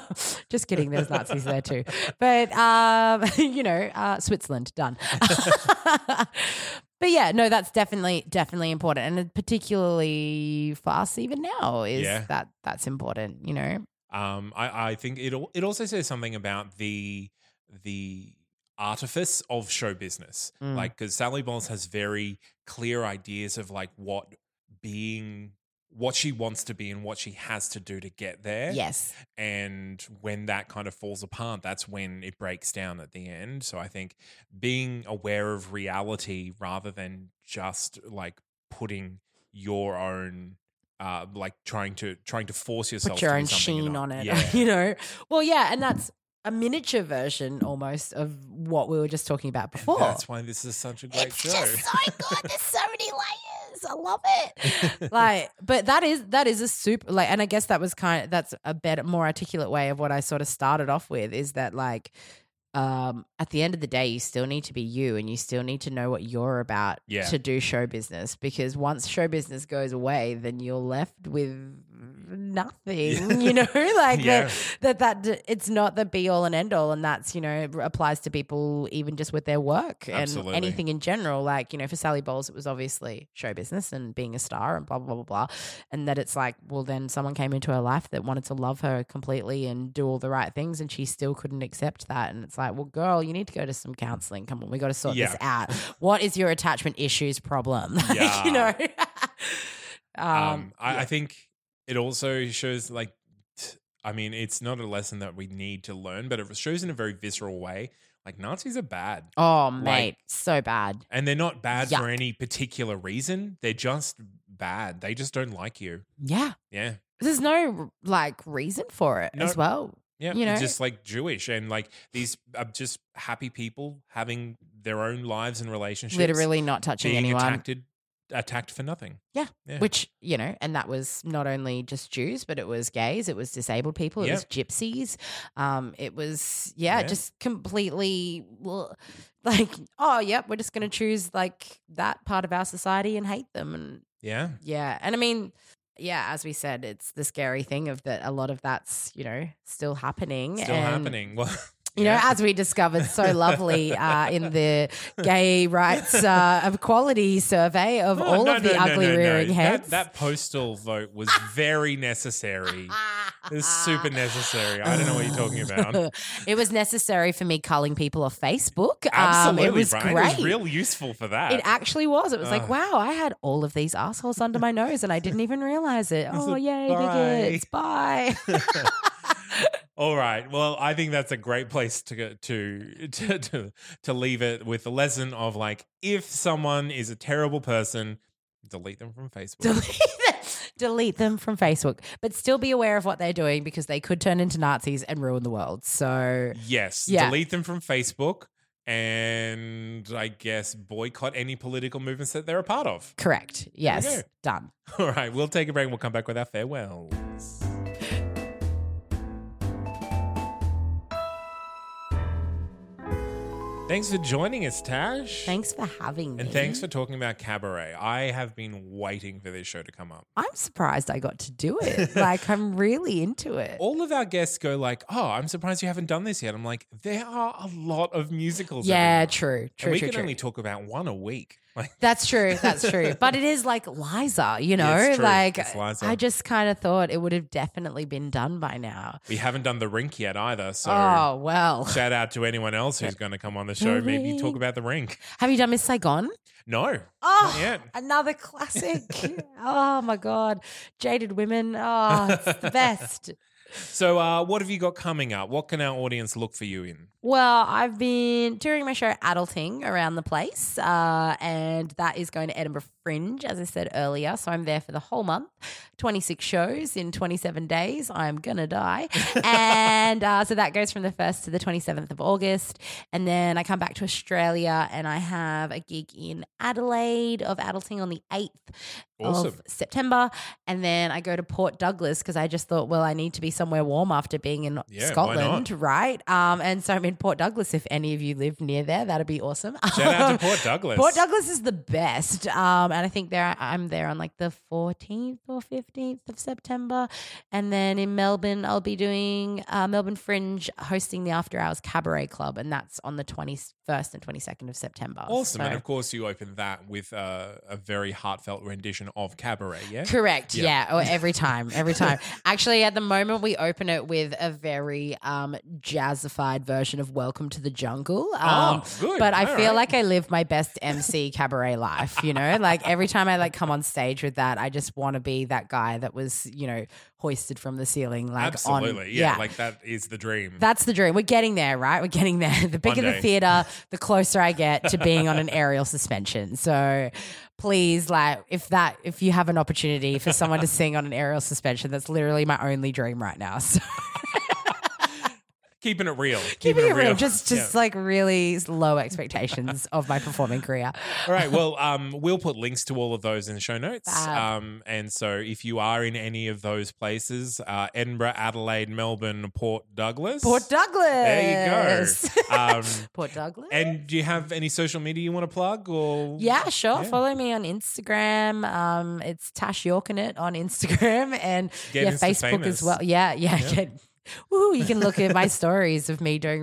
B: Just kidding. There's Nazis there too. But um, you know, uh, Switzerland done. but yeah, no, that's definitely definitely important, and particularly for us even now is
A: Yeah.
B: that that's important. You know.
A: Um, I, I think it al- it also says something about the the artifice of show business,
B: Mm.
A: like because Sally Bowles has very clear ideas of like what being, what she wants to be, and what she has to do to get there.
B: Yes.
A: and when that kind of falls apart, that's when it breaks down at the end. So I think being aware of reality rather than just like putting your own. Uh, like trying to trying to force yourself
B: put your
A: to do
B: own
A: something you're
B: sheen
A: not-
B: on it,
A: Yeah.
B: you know. Well, yeah, and that's a miniature version almost of what we were just talking about
A: And
B: before.
A: That's why this is such a great
B: it's
A: show.
B: just so good. There's so many layers. I love it. like, but that is that is a super like, and I guess that was kind. Of, that's a better, more articulate way of what I sort of started off with is that like, um, at the end of the day, you still need to be you, and you still need to know what you're about
A: Yeah.
B: to do show business. Because once show business goes away, then you're left with nothing. You know, like the-
A: Yeah.
B: that that d- it's not the be all and end all and that's you know r- applies to people even just with their work and
A: Absolutely.
B: anything in general like you know for sally bowles it was obviously show business and being a star and blah blah blah blah blah and that it's like well then someone came into her life that wanted to love her completely and do all the right things and she still couldn't accept that and it's like well girl you need to go to some counseling come on we got to sort
A: Yeah.
B: this out what is your attachment issues problem Like,
A: Yeah.
B: you know um,
A: Um, I, I think it also shows like, t- I mean, it's not a lesson that we need to learn, but it shows in a very visceral way. Like Nazis are bad,
B: oh
A: like-
B: mate so bad
A: and they're not bad for
B: Yuck.
A: any particular reason. They're just bad. They just don't like you.
B: yeah
A: Yeah,
B: there's no like reason for it
A: No.
B: as well.
A: yeah.
B: You know-
A: just like Jewish and like these are just happy people having their own lives and relationships.
B: Literally not touching
A: being
B: anyone,
A: attacked, attacked for nothing. yeah.
B: which you know, and that was not only just Jews, but it was gays, it was disabled people, it
A: Yeah.
B: was gypsies, um, it was yeah,
A: Yeah.
B: just completely well, like oh yep, we're just gonna choose like that part of our society and hate them, and
A: Yeah,
B: yeah, and I mean. Yeah, as we said, it's the scary thing of that a lot of that's, you know, still happening.
A: still
B: and-
A: happening. Well,
B: You
A: yeah.
B: know, as we discovered so lovely uh, in the gay rights uh, equality survey of
A: Oh,
B: all
A: no,
B: of the
A: no, no,
B: ugly
A: no, no.
B: rearing
A: That-
B: heads.
A: That, postal vote was very necessary. It was super necessary. I don't know what you're talking about.
B: Um, it was necessary for me culling people off Facebook.
A: Absolutely,
B: um, it was
A: Brian.
B: great.
A: It was real useful for that.
B: It actually was. It was like,
A: Ugh.
B: wow, I had all of these assholes under my nose and I didn't even realize it. Oh,
A: like,
B: yay,
A: bye.
B: bigots. Bye.
A: All right. Well, I think that's a great place to go to to to, to leave it with the lesson of like if someone is a terrible person, delete them from Facebook.
B: delete them, delete them from Facebook, but still be aware of what they're doing because they could turn into Nazis and ruin the world. So,
A: yes,
B: Yeah.
A: delete them from Facebook and I guess boycott any political movements that they're a part of.
B: correct.
A: go.
B: Yes, done.
A: All right, we'll take a break and we'll come back with our farewells. Thanks for joining us, Tash.
B: Thanks for having me.
A: And thanks for talking about cabaret. I have been waiting for this show to come up.
B: I'm surprised I got to do it. like I'm really into it.
A: All of our guests go like, "Oh, I'm surprised you haven't done this yet." I'm like, there are a lot of musicals.
B: Yeah,
A: every month.
B: true,
A: and
B: true,
A: we
B: true,
A: can
B: true.
A: only talk about one a week. Like,
B: That's true. That's true. But it is like Liza, you know?
A: It's true.
B: Like
A: It's Liza.
B: I just kind of thought it would have definitely been done by now.
A: we haven't done the rink yet either. So,
B: oh well.
A: shout out to anyone else who's going to come on the show. Maybe talk about the rink.
B: Have you done Miss Saigon?
A: No,
B: Oh,
A: yet.
B: another classic. oh my God. Jaded Women. Oh, it's the best.
A: So, uh, what have you got coming up? What can our audience look for you in?
B: Well, I've been touring my show Adulting around the place, uh, and that is going to Edinburgh Fringe, as I said earlier. So I'm there for the whole month, 26 shows in 27 days. I'm going to die. and uh, so that goes from the 1st to the 27th of August. And then I come back to Australia and I have a gig in Adelaide of Adulting on the 8th
A: Awesome.
B: of September. And then I go to Port Douglas because I just thought, well, I need to be somewhere warm after being in
A: Yeah, why
B: Scotland,
A: not?
B: right? Um, and so I'm in Port Douglas. If any of you live near there, that'd be awesome.
A: Shout out to Port Douglas.
B: Port Douglas is the best. Um, and I think there I'm there on like the 14th or 15th of September. And then in Melbourne, I'll be doing uh, Melbourne Fringe hosting the After Hours Cabaret Club. And that's on the 21st and 22nd of September.
A: Awesome.
B: So-
A: And of course, you open that with uh, a very heartfelt rendition of Cabaret, yeah?
B: Correct.
A: Yeah.
B: Yeah. Oh, every time. Every time. Actually, at the moment, we open it with a very um, jazzified version of Welcome to the Jungle. Um,
A: Oh, good.
B: But I
A: All
B: feel
A: right.
B: like I live my best MC cabaret life. You know, like every time I like come on stage with that, I just want to be that guy that was, you know, hoisted from the ceiling. Like
A: Absolutely.
B: On,
A: yeah, Like that is the dream.
B: that's the dream. We're getting there, right? We're getting there. The bigger
A: day.
B: the theater, the closer I get to being on an aerial suspension. So please, like, if that, if you have an opportunity for someone to sing on an aerial suspension, that's literally my only dream right now. So
A: Keeping it real.
B: keeping it real, just, just like really low expectations of my performing career.
A: All right. Well, um, we'll put links to all of those in the show notes.
B: Fab.
A: Um, and so if you are in any of those places, uh, Edinburgh, Adelaide, Melbourne, Port Douglas.
B: Port Douglas.
A: There you go. Um,
B: Port Douglas.
A: and do you have any social media you want to plug or?
B: Yeah, sure.
A: Yeah.
B: Follow me on Instagram. Um, it's Tash Yorkinet on Instagram and
A: Get
B: yeah,
A: Insta
B: Facebook
A: famous.
B: as well. Yeah, yeah. Get, woo, you can look at my stories of me doing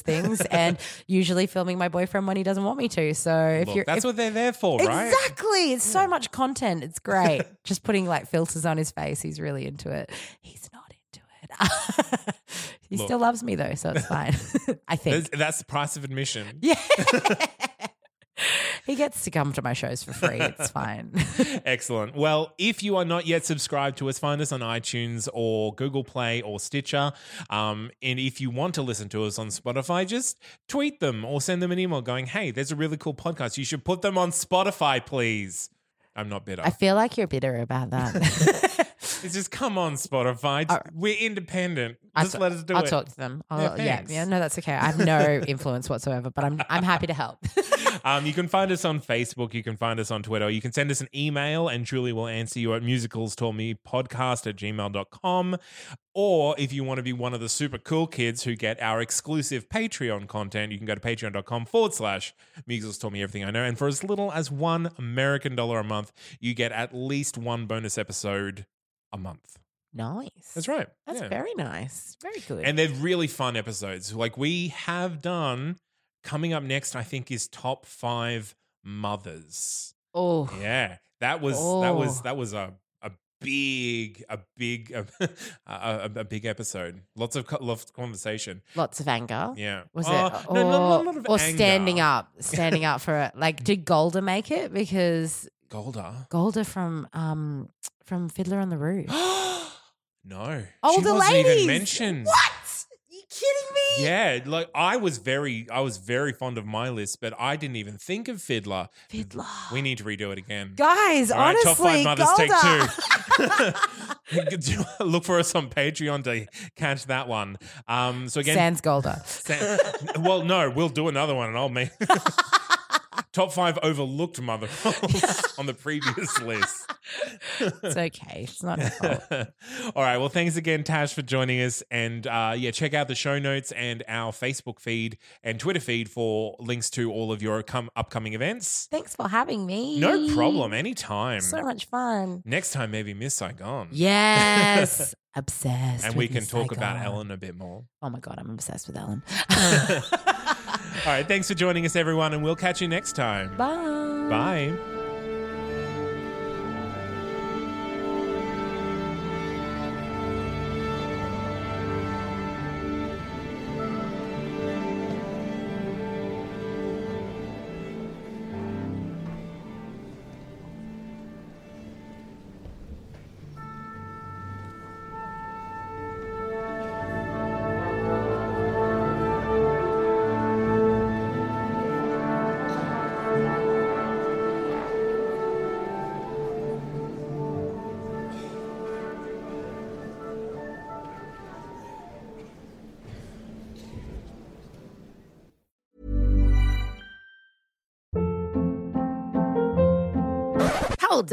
B: things and usually filming my boyfriend when he doesn't want me to. So if
A: Look,
B: you're
A: that's
B: if-
A: what they're there for, right?
B: exactly, it's so much content. It's great. Just putting like filters on his face. He's really into it. He's not into it. he
A: Look.
B: still loves me though, so it's fine. I think.
A: That's, that's the price of admission.
B: yeah. He gets to come to my shows for free. It's fine.
A: Excellent. Well, if you are not yet subscribed to us, find us on iTunes or Google Play or Stitcher. Um, and if you want to listen to us on Spotify, just tweet them or send them an email going, hey, there's a really cool podcast. You should put them on Spotify, please. I'm not bitter.
B: I feel like you're bitter about that.
A: it's just come on, Spotify. Just- We're independent.
B: I'll
A: Just
B: ta-
A: let us do
B: I'll
A: it.
B: talk to them. I'll,
A: Yeah,
B: yeah, yeah,
A: thanks.
B: no, that's okay. I have no influence whatsoever, but I'm I'm happy to help.
A: Um, you can find us on Facebook. You can find us on Twitter. You can send us an email, and Julie will answer you at musicalstourmepodcast at gmail.com. Or if you want to be one of the super cool kids who get our exclusive Patreon content, you can go to patreon.com forward slash Measles Taught Me Everything I Know. And for as little as one American dollar a month, you get at least one bonus episode a month.
B: nice.
A: That's right.
B: That's
A: Yeah.
B: very nice. Very good.
A: And they're really fun episodes. Like we have done, coming up next, I think, is top five mothers.
B: oh,
A: Yeah, that was that was
B: Oh.
A: that was a a big a big a, a, a- a big episode. Lots of co- lots of conversation.
B: lots of anger.
A: Yeah,
B: Was
A: Oh,
B: it or,
A: no, no, no, not of
B: or standing
A: anger. Mm.
B: up? Standing up for it. Like, did Golda make it? Because
A: Golda.
B: Golda from um from Fiddler on the Roof.
A: no, she
B: Older
A: wasn't
B: ladies.
A: even mentioned.
B: What? You kidding me?
A: Yeah, like I was very I was very fond of my list, but I didn't even think of Fiddler.
B: Fiddler.
A: We need to redo it again.
B: Guys,
A: All right,
B: honestly,
A: top five mothers
B: Golda.
A: take two. Look for us on Patreon to catch that one. Um, so again,
B: Sans Golda.
A: Sam- well, no, we'll do another one and I'll make top five overlooked mother roles on the previous list.
B: It's okay. It's not her fault.
A: All right. Well, thanks again, Tash, for joining us. And uh, yeah, check out the show notes and our Facebook feed and Twitter feed for links to all of your com- upcoming events.
B: Thanks for having me.
A: No problem. Anytime.
B: So much fun.
A: Next time, maybe Miss Saigon.
B: Yes. obsessed.
A: And we
B: with
A: can
B: Miss
A: talk about
B: Saigon.
A: Ellen a bit more.
B: Oh my God, I'm obsessed with Ellen.
A: All right. Thanks for joining us, everyone. And we'll catch you next time.
B: Bye.
A: Bye.
C: Hold